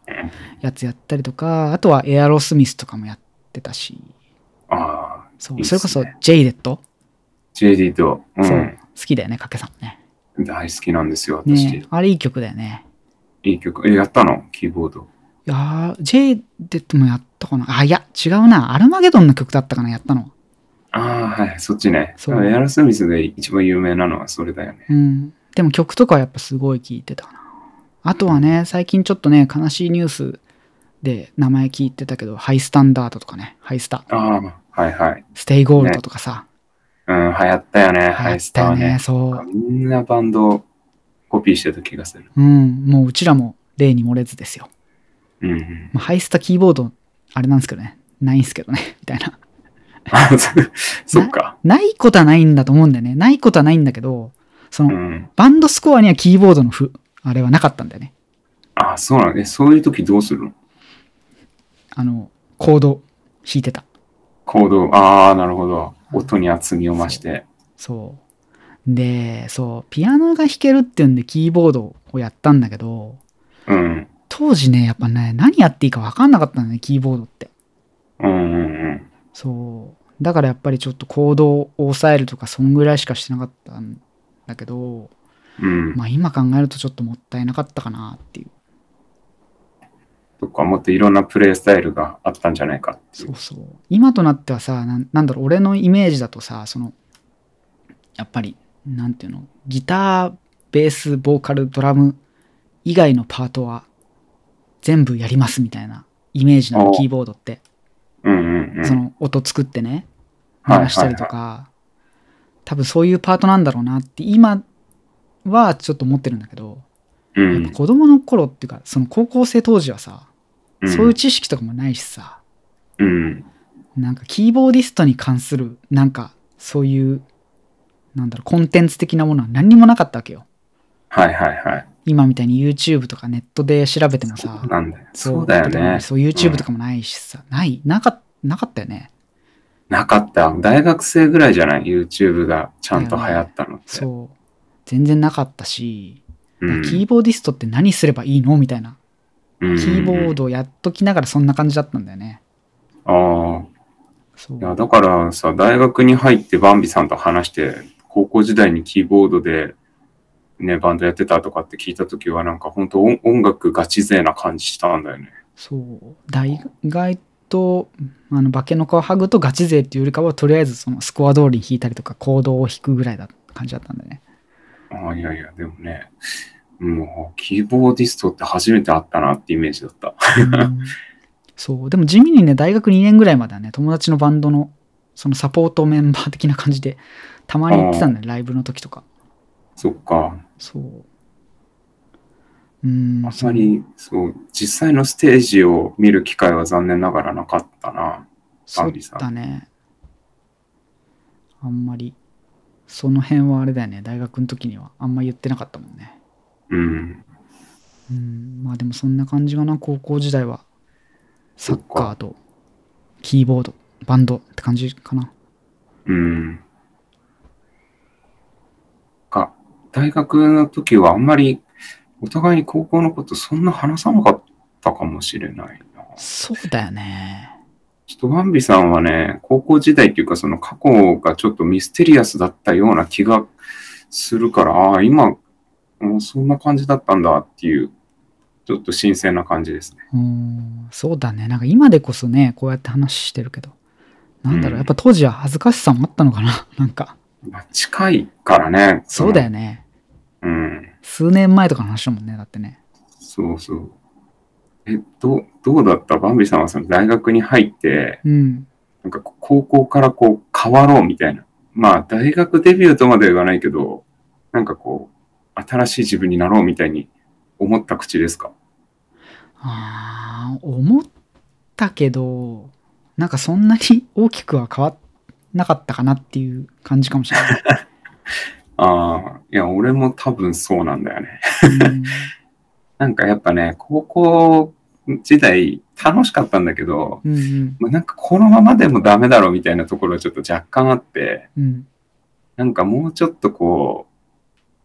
Speaker 1: やつやったりとか、あとはエアロスミスとかもやってたし、
Speaker 2: ああ、
Speaker 1: そう、
Speaker 2: いいっ
Speaker 1: そ
Speaker 2: す
Speaker 1: れ
Speaker 2: ね
Speaker 1: こそジェイデット、
Speaker 2: JD と、う
Speaker 1: そう、
Speaker 2: ん。
Speaker 1: 好きだよね、かけさんもね。
Speaker 2: 大好きなんですよ、私。
Speaker 1: ねえあれいい曲だよね。
Speaker 2: いい曲。え、やったのキーボード。
Speaker 1: いやー、ジェイデットもやったかなあ、いや、違うな。アルマゲドンの曲だったかな、やったの。
Speaker 2: ああ、はい、そっちね。
Speaker 1: そう
Speaker 2: エアロスミスで一番有名なのはそれだよね。
Speaker 1: うん。でも曲とかはやっぱすごい聴いてたな。あとはね、最近ちょっとね、悲しいニュースで名前聞いてたけど、ハイスタンダードとかね、ハイスタ、
Speaker 2: ああ、はいはい。
Speaker 1: ステイゴールドとかさ、
Speaker 2: うん、流行ったよね、ハ
Speaker 1: 流行
Speaker 2: イ
Speaker 1: っ
Speaker 2: ス
Speaker 1: た
Speaker 2: タ
Speaker 1: よ
Speaker 2: ー
Speaker 1: ね、
Speaker 2: ね。
Speaker 1: そう。
Speaker 2: みんなバンドをコピーしてた気がする。
Speaker 1: うん、もううちらも例に漏れずですよ。
Speaker 2: うん うん。
Speaker 1: まあ、ハイスタキーボード、あれなんですけどね、ないんすけどね、 みたいな。
Speaker 2: あそそっか。
Speaker 1: ないことはないんだと思うんだよね。ないことはないんだけど、そうの、
Speaker 2: ん。
Speaker 1: バンドスコアにはキーボードのふ、あれはなかったんだよね。
Speaker 2: ああ、そうなの。え、そういう時どうするの
Speaker 1: あの、コード弾いてた。
Speaker 2: コード、ああ、なるほど。音に厚みを増して。
Speaker 1: そう。で、そう、ピアノが弾けるっていうんでキーボードをやったんだけど、
Speaker 2: うん。
Speaker 1: 当時ね、やっぱね、何やっていいか分かんなかったんだね、キーボードって。
Speaker 2: うんうん
Speaker 1: そう。だからやっぱりちょっと行動を抑えるとか、そんぐらいしかしてなかったんだけど、
Speaker 2: うん。うん。
Speaker 1: まあ今考えるとちょっともったいなかったかなっていう。
Speaker 2: そっか、もっといろんなプレイスタイルがあったんじゃないかってい。
Speaker 1: そううそう。今となってはさ、なんなんだろう、俺のイメージだとさ、その、やっぱり、なんていうの、ギター、ベース、ボーカル、ドラム以外のパートは全部やりますみたいなイメージなの、
Speaker 2: おう
Speaker 1: キーボードって。
Speaker 2: うんうんうん。
Speaker 1: その音作ってね、
Speaker 2: はいはいは
Speaker 1: 鳴
Speaker 2: い
Speaker 1: らしたりとか、多分そういうパートなんだろうなって、今はちょっと思ってるんだけど、
Speaker 2: う
Speaker 1: やっぱ
Speaker 2: ん、
Speaker 1: 子供の頃っていうか、その高校生当時はさ、
Speaker 2: うん、
Speaker 1: そういう知識とかもないしさ、
Speaker 2: うん。
Speaker 1: なんかキーボーディストに関する、なんかそういう、なんだろう、コンテンツ的なものは何にもなかったわけよ。
Speaker 2: はいはいはい。
Speaker 1: 今みたいに YouTube とかネットで調べても
Speaker 2: そ
Speaker 1: さ
Speaker 2: う、なんだよ。そうだよね。
Speaker 1: そう YouTube とかもないしさ、ない、なかなかったよね。
Speaker 2: なかった。大学生ぐらいじゃない ?YouTube がちゃんと流行ったのって。
Speaker 1: そう。全然なかったし、
Speaker 2: うん
Speaker 1: キーボーディストって何すればいいのみたいな。
Speaker 2: キ
Speaker 1: キーボー
Speaker 2: ド。
Speaker 1: ドをやっときながらそんな感じだったんだよね。
Speaker 2: ああ。
Speaker 1: そ
Speaker 2: いや、
Speaker 1: う。
Speaker 2: だからさ、大学に入ってバンビさんと話して、高校時代にキーボードで、ね、バンドやってたとかって聞いたときは、なんか本当音音楽ガチ勢な感じしたんだよね。
Speaker 1: そう。大概と、あの、化けの皮剥ぐとガチ勢っていうよりかは、とりあえずそのスコア通りに弾いたりとか、行動を弾くぐらいだった感じだったんだよね。
Speaker 2: ああ、いやいや、でもね、もう、キーボーディストって初めて会ったなってイメージだった。
Speaker 1: うんそう。でも地味にね、大学2年ぐらいまではね、友達のバンドの、そのサポートメンバー的な感じで、たまに行ってたんだよ、ライブの時とか。
Speaker 2: そっか。
Speaker 1: そう。うん。
Speaker 2: あまり、そう、実際のステージを見る機会は残念ながらなかったな。
Speaker 1: そ
Speaker 2: ア
Speaker 1: う
Speaker 2: ンリさん
Speaker 1: だね。あんまり、その辺はあれだよね、大学の時にはあんま言ってなかったもんね。
Speaker 2: うん。
Speaker 1: うん、まあでもそんな感じかな、高校時代は。サ
Speaker 2: そ
Speaker 1: ッ
Speaker 2: っ
Speaker 1: カー
Speaker 2: か
Speaker 1: とキーボードバンドって感じかな
Speaker 2: うん。か、大学の時はあんまりお互いに高校のことそんな話さなかったかもしれないな。
Speaker 1: そうだよね
Speaker 2: ちょっとバンビさんはね、高校時代っていうかその過去がちょっとミステリアスだったような気がするから、ああ、今、うんそんな感じだったんだっていう、ちょっと新鮮な感じですね。
Speaker 1: うーんそうだねなんか今でこそねこうやって話してるけどなんだろう、
Speaker 2: うん
Speaker 1: やっぱ当時は恥ずかしさもあったのかな なんか
Speaker 2: まあ近いからね。
Speaker 1: そうだよ
Speaker 2: ね。
Speaker 1: ね
Speaker 2: うん。
Speaker 1: 数年前とかの話だもんねだってね
Speaker 2: そうそう。え、どう、どうだったバンビさんはその大学に入って、
Speaker 1: うん
Speaker 2: なんかこう高校からこう変わろうみたいな。まあ大学デビューとまでは言わないけど、なんかこう、新しい自分になろうみたいに思った口ですか
Speaker 1: あー思ったけどなんかそんなに大きくは変わんなかったかなっていう感じかもしれない、
Speaker 2: ああ、いや、俺も多分そうなんだよね。
Speaker 1: うん
Speaker 2: なんかやっぱね、高校時代楽しかったんだけど、
Speaker 1: うんうん
Speaker 2: まあなんかこのままでもダメだろうみたいなところはちょっと若干あって、
Speaker 1: うん
Speaker 2: なんかもうちょっとこ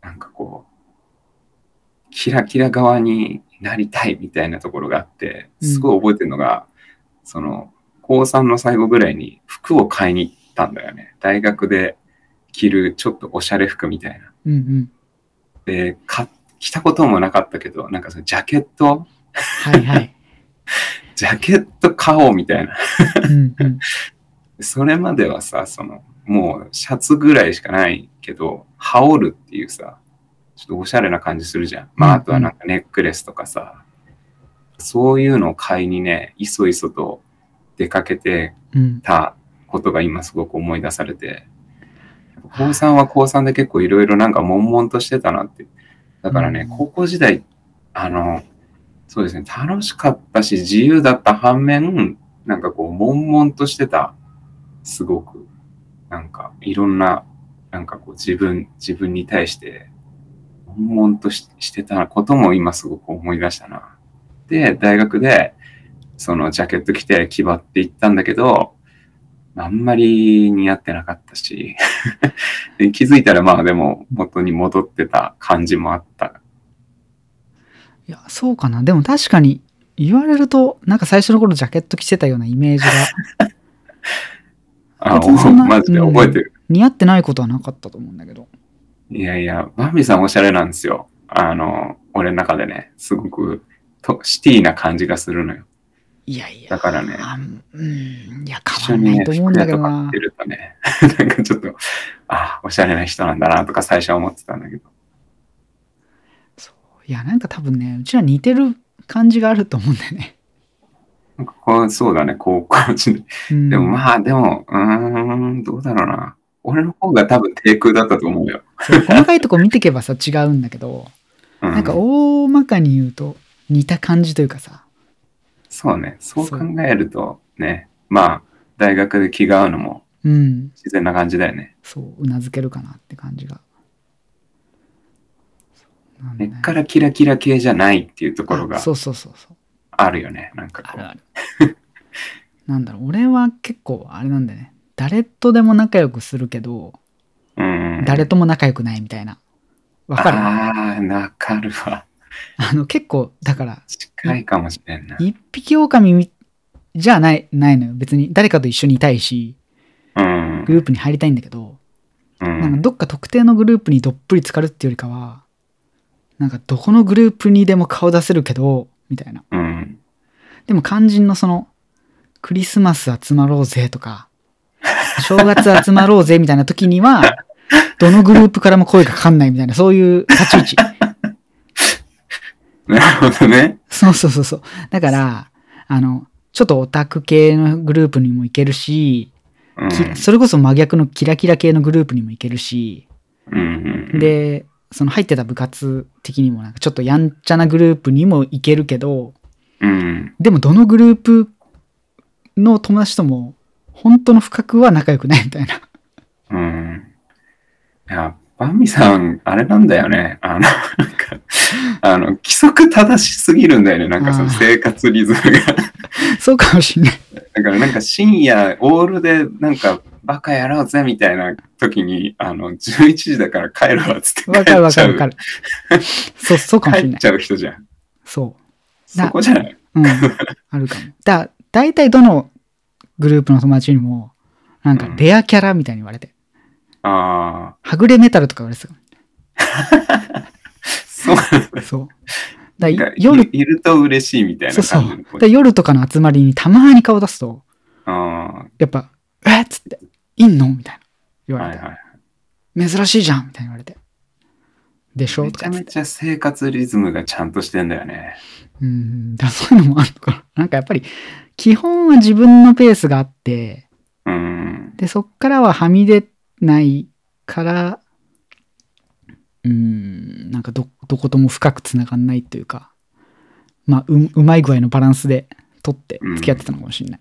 Speaker 2: う、なんかこう、キラキラ側になりたいみたいなところがあって、
Speaker 1: うん
Speaker 2: すごい覚えてるのが、その、高3の最後ぐらいに服を買いに行ったんだよね。大学で着るちょっとおしゃれ服みたいな。
Speaker 1: うんうん
Speaker 2: で、買っ着たこともなかったけど、なんかそのジャケット、
Speaker 1: はいはい、
Speaker 2: ジャケット買おうみたいな。
Speaker 1: うんうん、
Speaker 2: それまではさ、その、もうシャツぐらいしかないけど、羽織るっていうさ、ちょっとおしゃれな感じするじゃん。ま
Speaker 1: う
Speaker 2: あ、
Speaker 1: んう
Speaker 2: あ
Speaker 1: ん
Speaker 2: とはなんかネックレスとかさ、そういうのを買いにね、いそいそと出かけて
Speaker 1: うん、
Speaker 2: たことが今すごく思い出されて、高3は高3で結構いろいろなんか悶々としてたなって。だからね、
Speaker 1: うん
Speaker 2: 高校時代、あの、そうですね、楽しかったし、自由だった反面、なんかこう、悶々としてた、すごく。なんか、いろんな、なんかこう、自分、自分に対して、悶々とししてたことも今すごく思い出したな。で、大学で、そのジャケット着て、気張って行ったんだけど、あんまり似合ってなかったし、で気づいたらまあでも元に戻ってた感じもあった。
Speaker 1: いやそうかなでも確かに言われるとなんか最初の頃ジャケット着てたようなイメー ジが
Speaker 2: あ、
Speaker 1: 別にそんな
Speaker 2: おマジで
Speaker 1: うん
Speaker 2: 覚えてる。
Speaker 1: 似合ってないことはなかったと思うんだけど
Speaker 2: いやいや、バンビさんおしゃれなんですよ。あの、俺の中でね、すごくとシティな感じがするのよ。
Speaker 1: いやいや
Speaker 2: だからね
Speaker 1: あうんいや
Speaker 2: 一
Speaker 1: 変わ
Speaker 2: 緒
Speaker 1: ん
Speaker 2: に
Speaker 1: ない
Speaker 2: ね、
Speaker 1: と
Speaker 2: 服
Speaker 1: 思うんだ
Speaker 2: 屋
Speaker 1: け
Speaker 2: と
Speaker 1: ど
Speaker 2: か
Speaker 1: な
Speaker 2: 着てるとね、 なんかちょっと、あ、おしゃれな人なんだなとか最初は思ってたんだけど。
Speaker 1: いやなんか多分ねうちら似てる感じがあると思うんだよね、
Speaker 2: なんかこうそうだね、高校時代。
Speaker 1: うん、
Speaker 2: でもまあ、でも、うーん、どうだろうな。俺の方が多分低空だったと思うよ。
Speaker 1: そう細かいとこ見てけばさ違うんだけど
Speaker 2: うん、
Speaker 1: なんか大まかに言うと似た感じというかさ
Speaker 2: そうね、そう考えるとね、まあ、大学で気が合うのも
Speaker 1: うん
Speaker 2: 自然な感じだよね。
Speaker 1: そううなずけるかなって感じがそうなんだ
Speaker 2: 根
Speaker 1: よ
Speaker 2: っからキラキラ系じゃないっていうところ
Speaker 1: あ
Speaker 2: が
Speaker 1: そうそうそうそう
Speaker 2: あるよね。なんか
Speaker 1: あ
Speaker 2: こう
Speaker 1: る。ある なんだろう俺は結構あれなんだよね誰とでも仲良くするけど
Speaker 2: うんうん、
Speaker 1: 誰とも仲良くないみたいなわかるあ
Speaker 2: ああー、わかるわ。
Speaker 1: の結構だから
Speaker 2: 近いかもしれんな。
Speaker 1: 一匹狼みじゃないないのよ別に誰かと一緒にいたいし
Speaker 2: うん。
Speaker 1: グループに入りたいんだけど、
Speaker 2: う
Speaker 1: なんか
Speaker 2: ん、
Speaker 1: どっか特定のグループにどっぷり浸かるっていうよりかはなんかどこのグループにでも顔出せるけどみたいな
Speaker 2: うん。
Speaker 1: でも肝心のそのクリスマス集まろうぜとか正月集まろうぜみたいな時に はどのグループからも声がかかんないみたいなそういう立ち位置
Speaker 2: なるほどね。
Speaker 1: そうそうそうそうだからあのちょっとオタク系のグループにも行けるし
Speaker 2: うん。
Speaker 1: きそれこそ真逆のキラキラ系のグループにも行けるし、
Speaker 2: うんうん、
Speaker 1: でその入ってた部活的にもなんかちょっとやんちゃなグループにも行けるけど
Speaker 2: うん。
Speaker 1: でもどのグループの友達とも本当の深くは仲良くないみたいな
Speaker 2: うん。いや、バンミさん、あれなんだよね。あの、なんか、あの、規則正しすぎるんだよね。なんかそ
Speaker 1: あ
Speaker 2: の
Speaker 1: ー
Speaker 2: 生活リズムが。
Speaker 1: そうかもし んない。
Speaker 2: だからなんか深夜、オールでなんかバカやろうぜみたいな時に、あの、11時だから帰るわっつって帰
Speaker 1: わかる
Speaker 2: っ
Speaker 1: わ
Speaker 2: ち
Speaker 1: か
Speaker 2: ゃ
Speaker 1: るわか
Speaker 2: う。
Speaker 1: る。そう、そうかもしん
Speaker 2: 帰
Speaker 1: な
Speaker 2: っ
Speaker 1: い。
Speaker 2: ちゃう人じゃん。
Speaker 1: そ
Speaker 2: そこじゃない。
Speaker 1: う。うん。あるかも。だ、大体どのグループの友達にも、なんかレアキャラみたいに言われて、
Speaker 2: ああ、
Speaker 1: はぐれメタルとか言われてたよ
Speaker 2: そうなんだ。
Speaker 1: そう。だ
Speaker 2: なんか
Speaker 1: 夜
Speaker 2: い、いると嬉しいみたい
Speaker 1: そ
Speaker 2: な
Speaker 1: うそう。
Speaker 2: 感
Speaker 1: だ
Speaker 2: じの
Speaker 1: から夜とかの集まりにたまに顔出すと、
Speaker 2: あ
Speaker 1: やっぱ、えっつって、いんのみたいな。言
Speaker 2: あ、
Speaker 1: わ
Speaker 2: は
Speaker 1: れ
Speaker 2: い
Speaker 1: て、
Speaker 2: はい。
Speaker 1: 珍しいじゃんみたいに言われて。でしょ
Speaker 2: め
Speaker 1: と
Speaker 2: ち
Speaker 1: か
Speaker 2: ゃ
Speaker 1: っつっ
Speaker 2: め
Speaker 1: て。
Speaker 2: ちゃ生活リズムがちゃんとしてんだよね。
Speaker 1: うん。だそういうのもあるのかな。 なんかやっぱり、基本は自分のペースがあって、
Speaker 2: うん。
Speaker 1: で、そっからははみ出ないから、うん、なんかど、どことも深くつながんないというか、まあ、う、うまい具合のバランスで取って付き合ってたのかもしれない。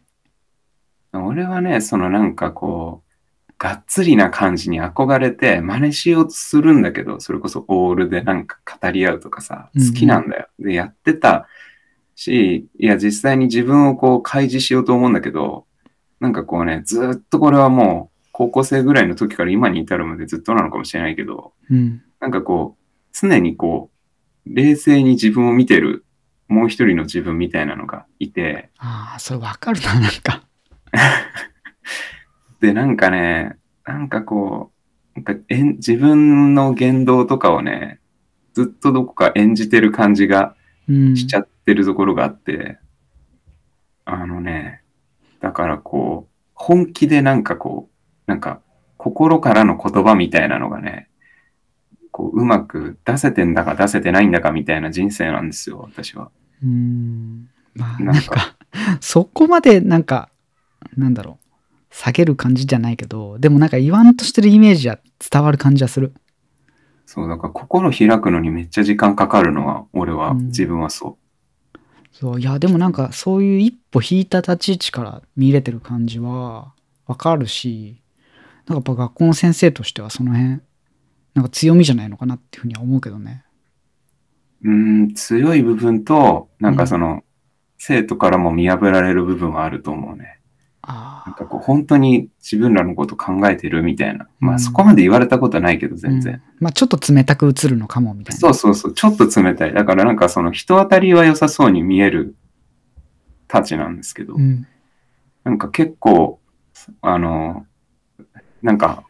Speaker 2: 俺はね、そのなんかこう、がっつりな感じに憧れて真似しようとするんだけど、それこそオールでなんか語り合うとかさ、
Speaker 1: うん
Speaker 2: 好きなんだよ。で、やってたし、いや、実際に自分をこう開示しようと思うんだけど、なんかこうね、ずーっとこれはもう高校生ぐらいの時から今に至るまでずっとなのかもしれないけど、
Speaker 1: うん。
Speaker 2: なんかこう、常にこう、冷静に自分を見てる、もう一人の自分みたいなのがいて、
Speaker 1: ああ、それわかるな、なんか。
Speaker 2: で、なんかね、なんかこう、なんかえん自分の言動とかをね、ずっとどこか演じてる感じが
Speaker 1: うん。
Speaker 2: しちゃってるところがあって、あのね、だからこう、本気でなんかこう、なんか心からの言葉みたいなのがね、こう、うまく出せてんだか出せてないんだかみたいな人生なんですよ、私は。
Speaker 1: うーんまあ
Speaker 2: な
Speaker 1: なんん
Speaker 2: か
Speaker 1: か そこまでなんかなんだろう下げる感じじゃないけどでもなんか言わんとしてるイメージは伝わる感じはする
Speaker 2: そう、だから心開くのにめっちゃ時間かかるのは、俺は、
Speaker 1: うん
Speaker 2: 自分はそ
Speaker 1: そういやでもなんかそういう一歩引いた立ち位置から見れてる感じはわかるしなんかやっぱ学校の先生としてはその辺なんか強みじゃないのかなっていうふうには思うけどね
Speaker 2: う。うーん、強い部分と、なんかその、生徒からも見破られる部分はあると思うね。
Speaker 1: あ
Speaker 2: なん
Speaker 1: あ
Speaker 2: かこう、本当に自分らのこと考えてるみたいな。
Speaker 1: う
Speaker 2: まあ、
Speaker 1: ん
Speaker 2: そこまで言われたことはないけど、全
Speaker 1: う
Speaker 2: 然
Speaker 1: ん。まあちょっと冷たく映るのかもみたいな
Speaker 2: そうそうそう、ちょっと冷たい。だからなんかその、人当たりは良さそうに見えるたちなんですけど、
Speaker 1: うん
Speaker 2: なんか結構、あの、なんか、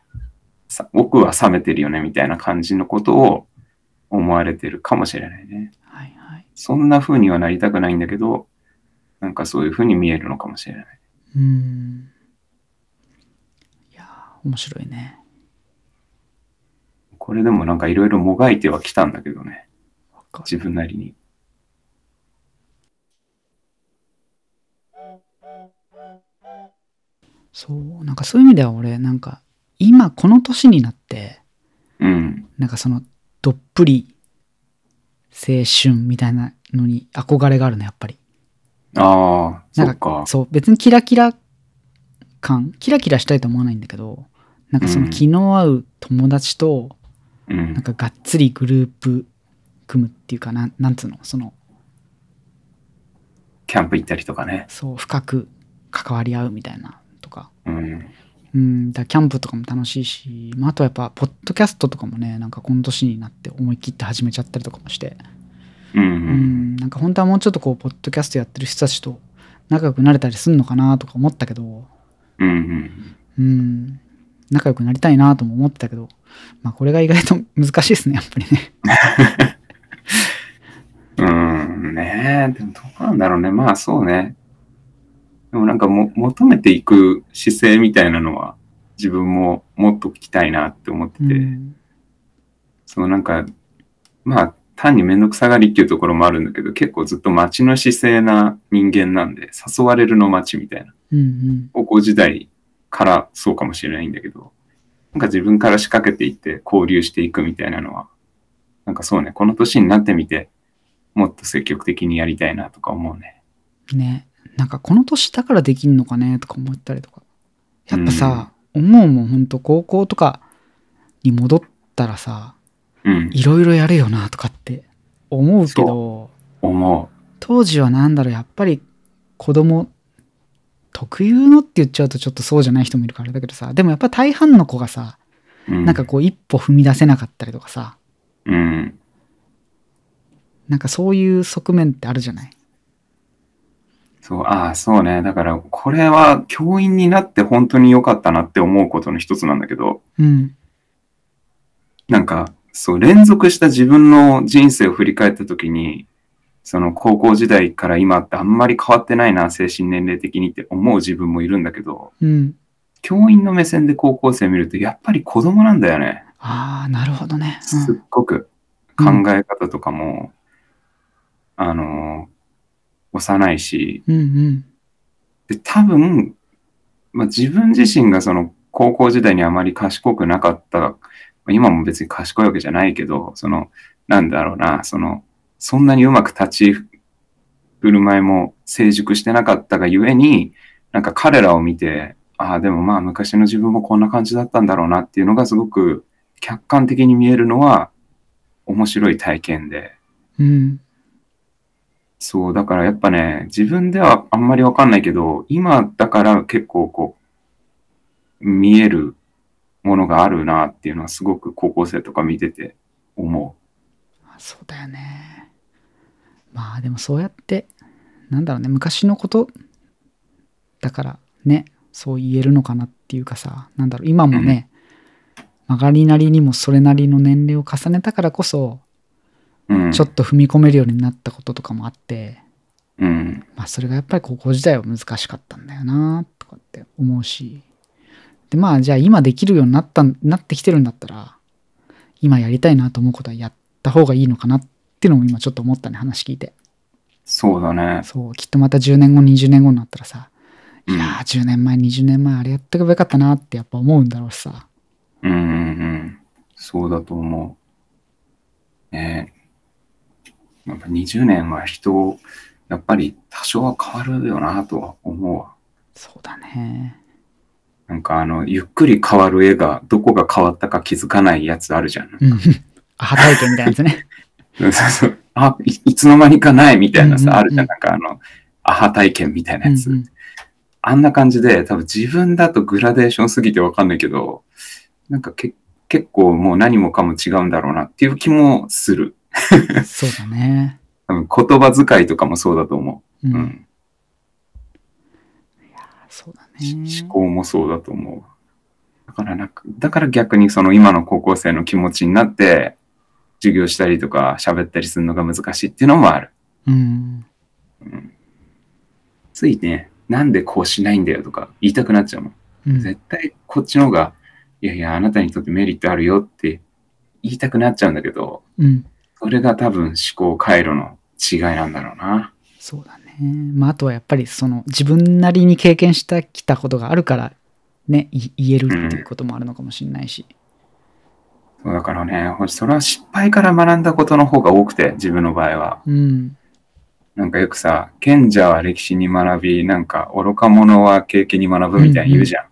Speaker 2: さ僕は冷めてるよねみたいな感じのことを思われてるかもしれないね。
Speaker 1: はいはい
Speaker 2: そんな風にはなりたくないんだけど、なんかそういう風に見えるのかもしれない。
Speaker 1: うんいやー面白いね
Speaker 2: これでもなんかいろいろもがいてはきたんだけどね、
Speaker 1: わかる
Speaker 2: 自分なりに。
Speaker 1: そうなんかそういう意味では俺なんか今この年になって
Speaker 2: うん。
Speaker 1: なんかそのどっぷり青春みたいなのに憧れがあるねやっぱり
Speaker 2: ああ、そ
Speaker 1: な
Speaker 2: っ
Speaker 1: ん
Speaker 2: か。
Speaker 1: そう別にキラキラ感キラキラしたいと思わないんだけどなんかその
Speaker 2: うん
Speaker 1: 気の合う友達と
Speaker 2: う
Speaker 1: なん
Speaker 2: ん。
Speaker 1: かがっつりグループ組むっていうかなんなんつうのその
Speaker 2: キャンプ行ったりとかね。
Speaker 1: そう深く関わり合うみたいなとか
Speaker 2: うん。
Speaker 1: うん、だからキャンプとかも楽しいし、まあ、あとはやっぱ、ポッドキャストとかもね、なんかこの年になって思い切って始めちゃったりとかもして、
Speaker 2: うん。う
Speaker 1: うん
Speaker 2: ん、
Speaker 1: なんか本当はもうちょっとこう、ポッドキャストやってる人たちと仲良くなれたりするのかなとか思ったけど、
Speaker 2: うんうん。
Speaker 1: うん、仲良くなりたいなとも思ってたけど、まあこれが意外と難しいですね、やっぱり ね。
Speaker 2: うん。ねえ、でもどうなんだろうね。まあそうね。でもなんかも求めていく姿勢みたいなのは自分ももっときたいなって思ってて、
Speaker 1: うん、
Speaker 2: そのなんか、まあ単にめんどくさがりっていうところもあるんだけど、結構ずっと街の姿勢な人間なんで、誘われるの街みたいな。
Speaker 1: うん、うん。
Speaker 2: 高校時代からそうかもしれないんだけど、なんか自分から仕掛けていって交流していくみたいなのは、なんかそうね、この年になってみて、もっと積極的にやりたいなとか思うね。
Speaker 1: ねなんかこの年だからできんのかねとか思ったりとかやっぱさ、思うもんほんと高校とかに戻ったらさ
Speaker 2: うん。
Speaker 1: いろいろやるよなとかって思うけど、
Speaker 2: 思
Speaker 1: 当時はなんだろう、やっぱり子供特有のって言っちゃうとちょっとそうじゃない人もいるからあれだけどさ、でもやっぱ大半の子がさ、
Speaker 2: う。うん、
Speaker 1: なんか、こう一歩踏み出せなかったりとかさ、
Speaker 2: うん。
Speaker 1: なんかそういう側面ってあるじゃない
Speaker 2: そう、ああ、そうね。だから、これは教員になって本当に良かったなって思うことの一つなんだけど、
Speaker 1: うん。
Speaker 2: なんか、そう、連続した自分の人生を振り返った時に、その高校時代から今ってあんまり変わってないな、精神年齢的にって思う自分もいるんだけど、
Speaker 1: うん。
Speaker 2: 教員の目線で高校生見ると、やっぱり子供なんだよね。
Speaker 1: ああ、なるほどね。
Speaker 2: すっごく考え方とかも、あの、幼いし、
Speaker 1: うん。うんうん。
Speaker 2: で、多分、まあ、自分自身がその高校時代にあまり賢くなかった、まあ今も別に賢いわけじゃないけど、その、なんだろうな、その、そんなにうまく立ち振る舞いも成熟してなかったがゆえに、なんか彼らを見て、ああ、でもまあ昔の自分もこんな感じだったんだろうなっていうのがすごく客観的に見えるのは面白い体験で。
Speaker 1: うん。
Speaker 2: そう、だからやっぱね、自分ではあんまりわかんないけど、今だから結構こう、見えるものがあるなっていうのはすごく高校生とか見てて思
Speaker 1: そうだよね。まあでもそうやって、なんだろうね、昔のことだからね、そう言えるのかなっていうかさ、なんだろう、今もね、曲がりなりにもそれなりの年齢を重ねたからこそ、
Speaker 2: う。うん。
Speaker 1: ちょっと踏み込めるようになったこととかもあって、
Speaker 2: うん。
Speaker 1: まあそれがやっぱり高校時代は難しかったんだよなとかって思うし。でまあじゃあ今できるようになったん、なってきてるんだったら、今やりたいなと思うことはやった方がいいのかなっていうのも今ちょっと思ったね、話聞いて。
Speaker 2: そうだね。
Speaker 1: そう、きっとまた10年後、20年後になったらさ、
Speaker 2: うん
Speaker 1: いやー10年前、20年前あれやっておけばよかったなってやっぱ思うんだろうしさ。
Speaker 2: うんうんうん。そうだと思う。ねえ。やっぱ20年は人を、やっぱり多少は変わるよなとは思うわ。
Speaker 1: そうだね。
Speaker 2: なんかあの、ゆっくり変わる絵が、どこが変わったか気づかないやつあるじゃん。
Speaker 1: うん。 アハ体験みたいなやつね。
Speaker 2: そうそう。 あ、いいつの間にかないみたいな
Speaker 1: うんうんう
Speaker 2: さ、
Speaker 1: ん
Speaker 2: あるじゃん。なんかあの、アハ体験みたいなやつ。
Speaker 1: うんうん
Speaker 2: あんな感じで、多分自分だとグラデーションすぎてわかんないけど、なんかけ結構もう何もかも違うんだろうなっていう気もする。
Speaker 1: そうだね。
Speaker 2: 多分言葉遣いとかもそうだと思
Speaker 1: う
Speaker 2: う。
Speaker 1: ん。
Speaker 2: うん。
Speaker 1: そうだ
Speaker 2: し
Speaker 1: ね。
Speaker 2: 思考もそうだと思う。だからなんか、だから逆にその今の高校生の気持ちになって、授業したりとか喋ったりするのが難しいっていうのもある。
Speaker 1: うん。
Speaker 2: ついね、なんでこうしないんだよとか言いたくなっちゃうもん。
Speaker 1: うん。
Speaker 2: 絶対こっちの方が、いやいや、あなたにとってメリットあるよって言いたくなっちゃうんだけど、
Speaker 1: うん。
Speaker 2: それが多分思考回路の違いなんだろうな。
Speaker 1: そうだね。まあ、あとはやっぱりその自分なりに経験してきたことがあるから、ね、い言えるっていうこともあるのかもしれないし。
Speaker 2: そうだからね、ほんとそれは失敗から学んだことの方が多くて、自分の場合は。
Speaker 1: うん。
Speaker 2: なんかよくさ、賢者は歴史に学び、なんか愚か者は経験に学ぶみたいに言うじゃん。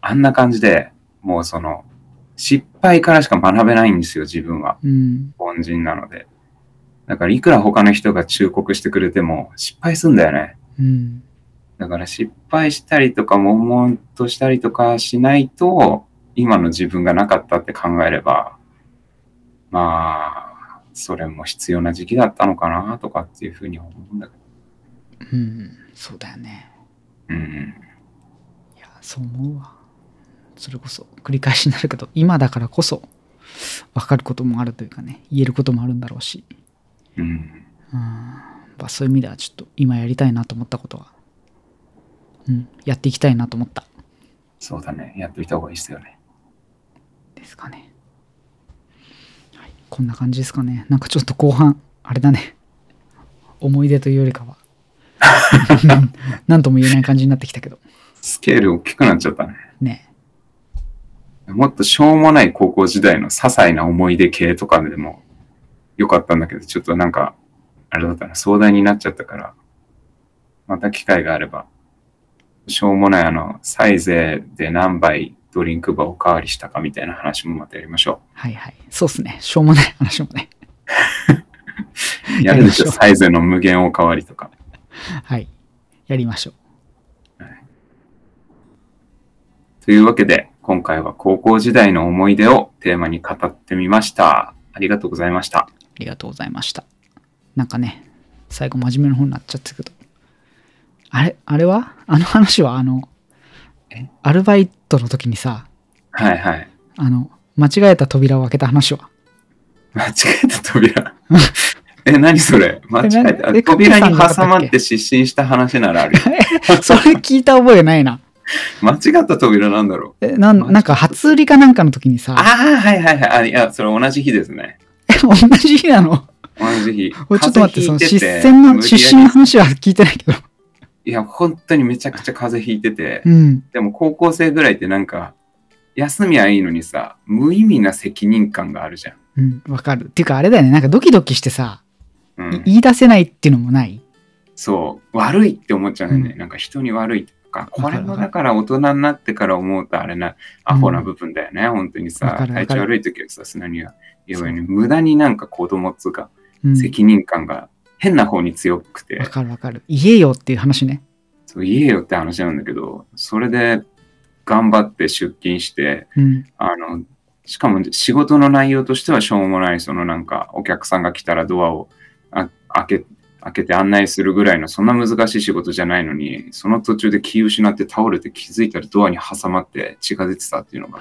Speaker 2: あんな感じで、もうその、失敗からしか学べないんですよ、自分は。
Speaker 1: うん。
Speaker 2: 凡人なので。だからいくら他の人が忠告してくれても失敗すんだよね。
Speaker 1: うん。
Speaker 2: だから失敗したりとか、悶々としたりとかしないと、今の自分がなかったって考えれば、まあ、それも必要な時期だったのかなとかっていうふうに思うんだけ
Speaker 1: うん。そうだよね。
Speaker 2: ど。うん。
Speaker 1: いや、そう思うわ。それこそ、繰り返しになるけど、今だからこそ、分かることもあるというかね、言えることもあるんだろうし。
Speaker 2: うん。
Speaker 1: うん。まあ、そういう意味ではちょっと今やりたいなと思ったことは、うん、やっていきたいなと思った。
Speaker 2: そうだね。やってみた方がいいですよね。
Speaker 1: ですかね、はい、こんな感じですかねなんかちょっと後半あれだね思い出というよりかは なんなんとも言えない感じになってきたけど
Speaker 2: スケール大きくなっちゃったね。
Speaker 1: ね
Speaker 2: もっとしょうもない高校時代の些細な思い出系とかでもよかったんだけど、ちょっとなんか、あれだったな、壮大になっちゃったから、また機会があれば、しょうもないあの、サイゼで何杯ドリンクバーおかわりしたかみたいな話もまたやりましょ
Speaker 1: はいはいそうっすねしょうもない話もね
Speaker 2: やるでし
Speaker 1: やりましょ
Speaker 2: ょ、
Speaker 1: う
Speaker 2: サイズの無限おかわりとか。
Speaker 1: はい。やりましょう。
Speaker 2: というわけで、今回は高校時代の思い出をテーマに語ってみました。ありがとうございました。
Speaker 1: ありがとうございました。なんかね、最後真面目な方になっちゃったけど。あれ、あれはあの話はあの
Speaker 2: え、
Speaker 1: アルバイトの時にさ、
Speaker 2: はいはい。
Speaker 1: あの、間違えた扉を開けた話は。
Speaker 2: 間違えた扉。え、何それ間違え
Speaker 1: え
Speaker 2: た。
Speaker 1: なえ
Speaker 2: 扉に
Speaker 1: カッコさん
Speaker 2: 挟
Speaker 1: のだ
Speaker 2: ま
Speaker 1: ったっけ
Speaker 2: って失神した話ならあるよ。
Speaker 1: それ聞いた覚えないな。
Speaker 2: 間違った扉なんだろう。
Speaker 1: えなんなんか初売りかなんかの時に
Speaker 2: ああ
Speaker 1: さ、、
Speaker 2: はいはいはい。あいや、それ同じ日ですね。
Speaker 1: 同じ日な の。
Speaker 2: 同じ日。
Speaker 1: おいちょっと待って、
Speaker 2: 風
Speaker 1: その
Speaker 2: 邪ひい
Speaker 1: 失
Speaker 2: てて
Speaker 1: 戦の、
Speaker 2: 無理やり
Speaker 1: 出身の話は聞いてないけど。
Speaker 2: いや、本当にめちゃくちゃ風邪ひいてて、
Speaker 1: うん。
Speaker 2: でも高校生ぐらいってなんか、休みはいいのにさ、無意味な責任感があるじゃん。
Speaker 1: うん、わかる。っていうかあれだよね、なんかドキドキしてさ、
Speaker 2: うん
Speaker 1: い言い出せないっていうのもない。
Speaker 2: そう、悪いって思っちゃうんだよね。
Speaker 1: う
Speaker 2: なんか人に悪いと
Speaker 1: か
Speaker 2: か、
Speaker 1: る
Speaker 2: これもだから大人になってから思うとあれな、アホな部分だよね、本当に
Speaker 1: わか
Speaker 2: さ。
Speaker 1: るわかる
Speaker 2: 体調悪い時はさ、素直には言えばいいのに、無駄になんか子供っつうか、
Speaker 1: うん。
Speaker 2: 責任感が変な方に強くて
Speaker 1: わ、かるわかる。言えよっていう話ね。
Speaker 2: そう言えよって話なんだけど、それで頑張って出勤して、
Speaker 1: うん。
Speaker 2: あの、しかも仕事の内容としてはしょうもない、そのなんかお客さんが来たらドアをあ開け、開けて案内するぐらいのそんな難しい仕事じゃないのに、その途中で気を失って倒れて気づいたらドアに挟まって血が出てたっていうのが。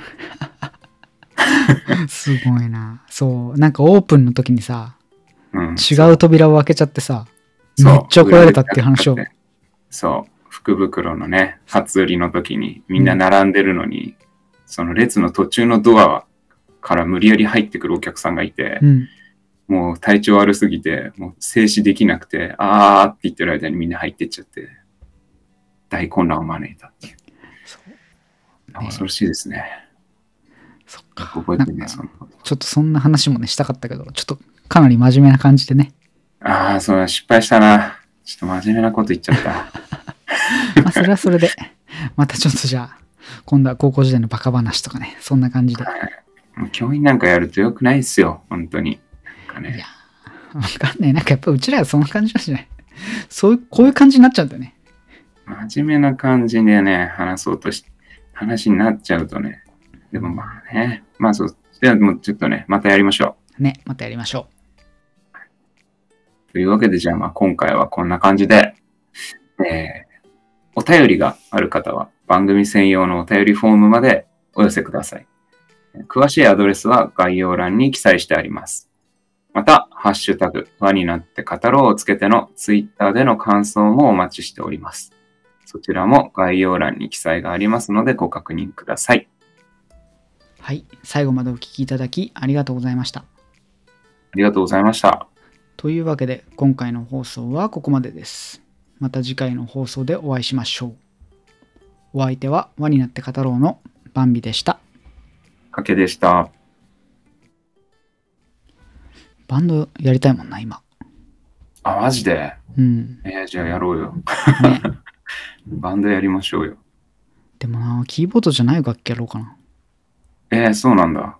Speaker 1: すごいな。そう。なんかオープンの時にさ、
Speaker 2: うん、
Speaker 1: 違う扉を開けちゃってさ、めっちゃ怒られたっていう話を。
Speaker 2: そう、福袋のね、初売りの時にみんな並んでるのに、その列の途中のドアから無理やり入ってくるお客さんがいて、
Speaker 1: うん。
Speaker 2: もう体調悪すぎて、もう静止できなくて、あーって言ってる間にみんな入ってっちゃって、大混乱を招いたっていう。
Speaker 1: そう
Speaker 2: あ恐ろしいですね。
Speaker 1: そっか。
Speaker 2: 覚え
Speaker 1: な
Speaker 2: てる
Speaker 1: ん
Speaker 2: ね、
Speaker 1: か
Speaker 2: そのこと。
Speaker 1: ちょっとそんな話もね、したかったけど、ちょっとかなり真面目な感じでね。
Speaker 2: ああ、そうだ、失敗したな。ちょっと真面目なこと言っちゃった。
Speaker 1: まあ、それはそれで、またちょっとじゃあ、今度は高校時代のバカ話とかね、そんな感じで。
Speaker 2: もう教員なんかやると良くないですよ、本当に。なんか
Speaker 1: いや
Speaker 2: ね、
Speaker 1: わかんない。なんかやっぱうちらはそんな感じなんじゃないそういう、こういう感じになっちゃうんだよね。
Speaker 2: 真面目な感じでね、話そうとし、話になっちゃうとね。でもまあね、まあそう、じゃあもうちょっとね、またやりましょ
Speaker 1: ね、またやりましょ
Speaker 2: う。というわけで、じゃあまあ今回はこんな感じで、えーお便りがある方は番組専用のお便りフォームまでお寄せください。詳しいアドレスは概要欄に記載してあります。また、ハッシュタグ、輪になって語ろうをつけてのツイッターでの感想もお待ちしております。そちらも概要欄に記載がありますのでご確認ください。
Speaker 1: う。はい。最後までお聞きいただき、ありがとうございました。
Speaker 2: ありがとうございました。
Speaker 1: というわけで今回の放送はここまでです。また次回の放送でお会いしましょう。お相手は輪になって語ろうのバンビでした。
Speaker 2: かけでした。
Speaker 1: バンドやりたいもんな、今。
Speaker 2: あ、マジで
Speaker 1: うん。
Speaker 2: えーじゃあやろうよ。
Speaker 1: ね。
Speaker 2: バンドやりましょうよ。
Speaker 1: でもな、キーボードじゃない楽器やろうかな。
Speaker 2: えー、そうなんだ。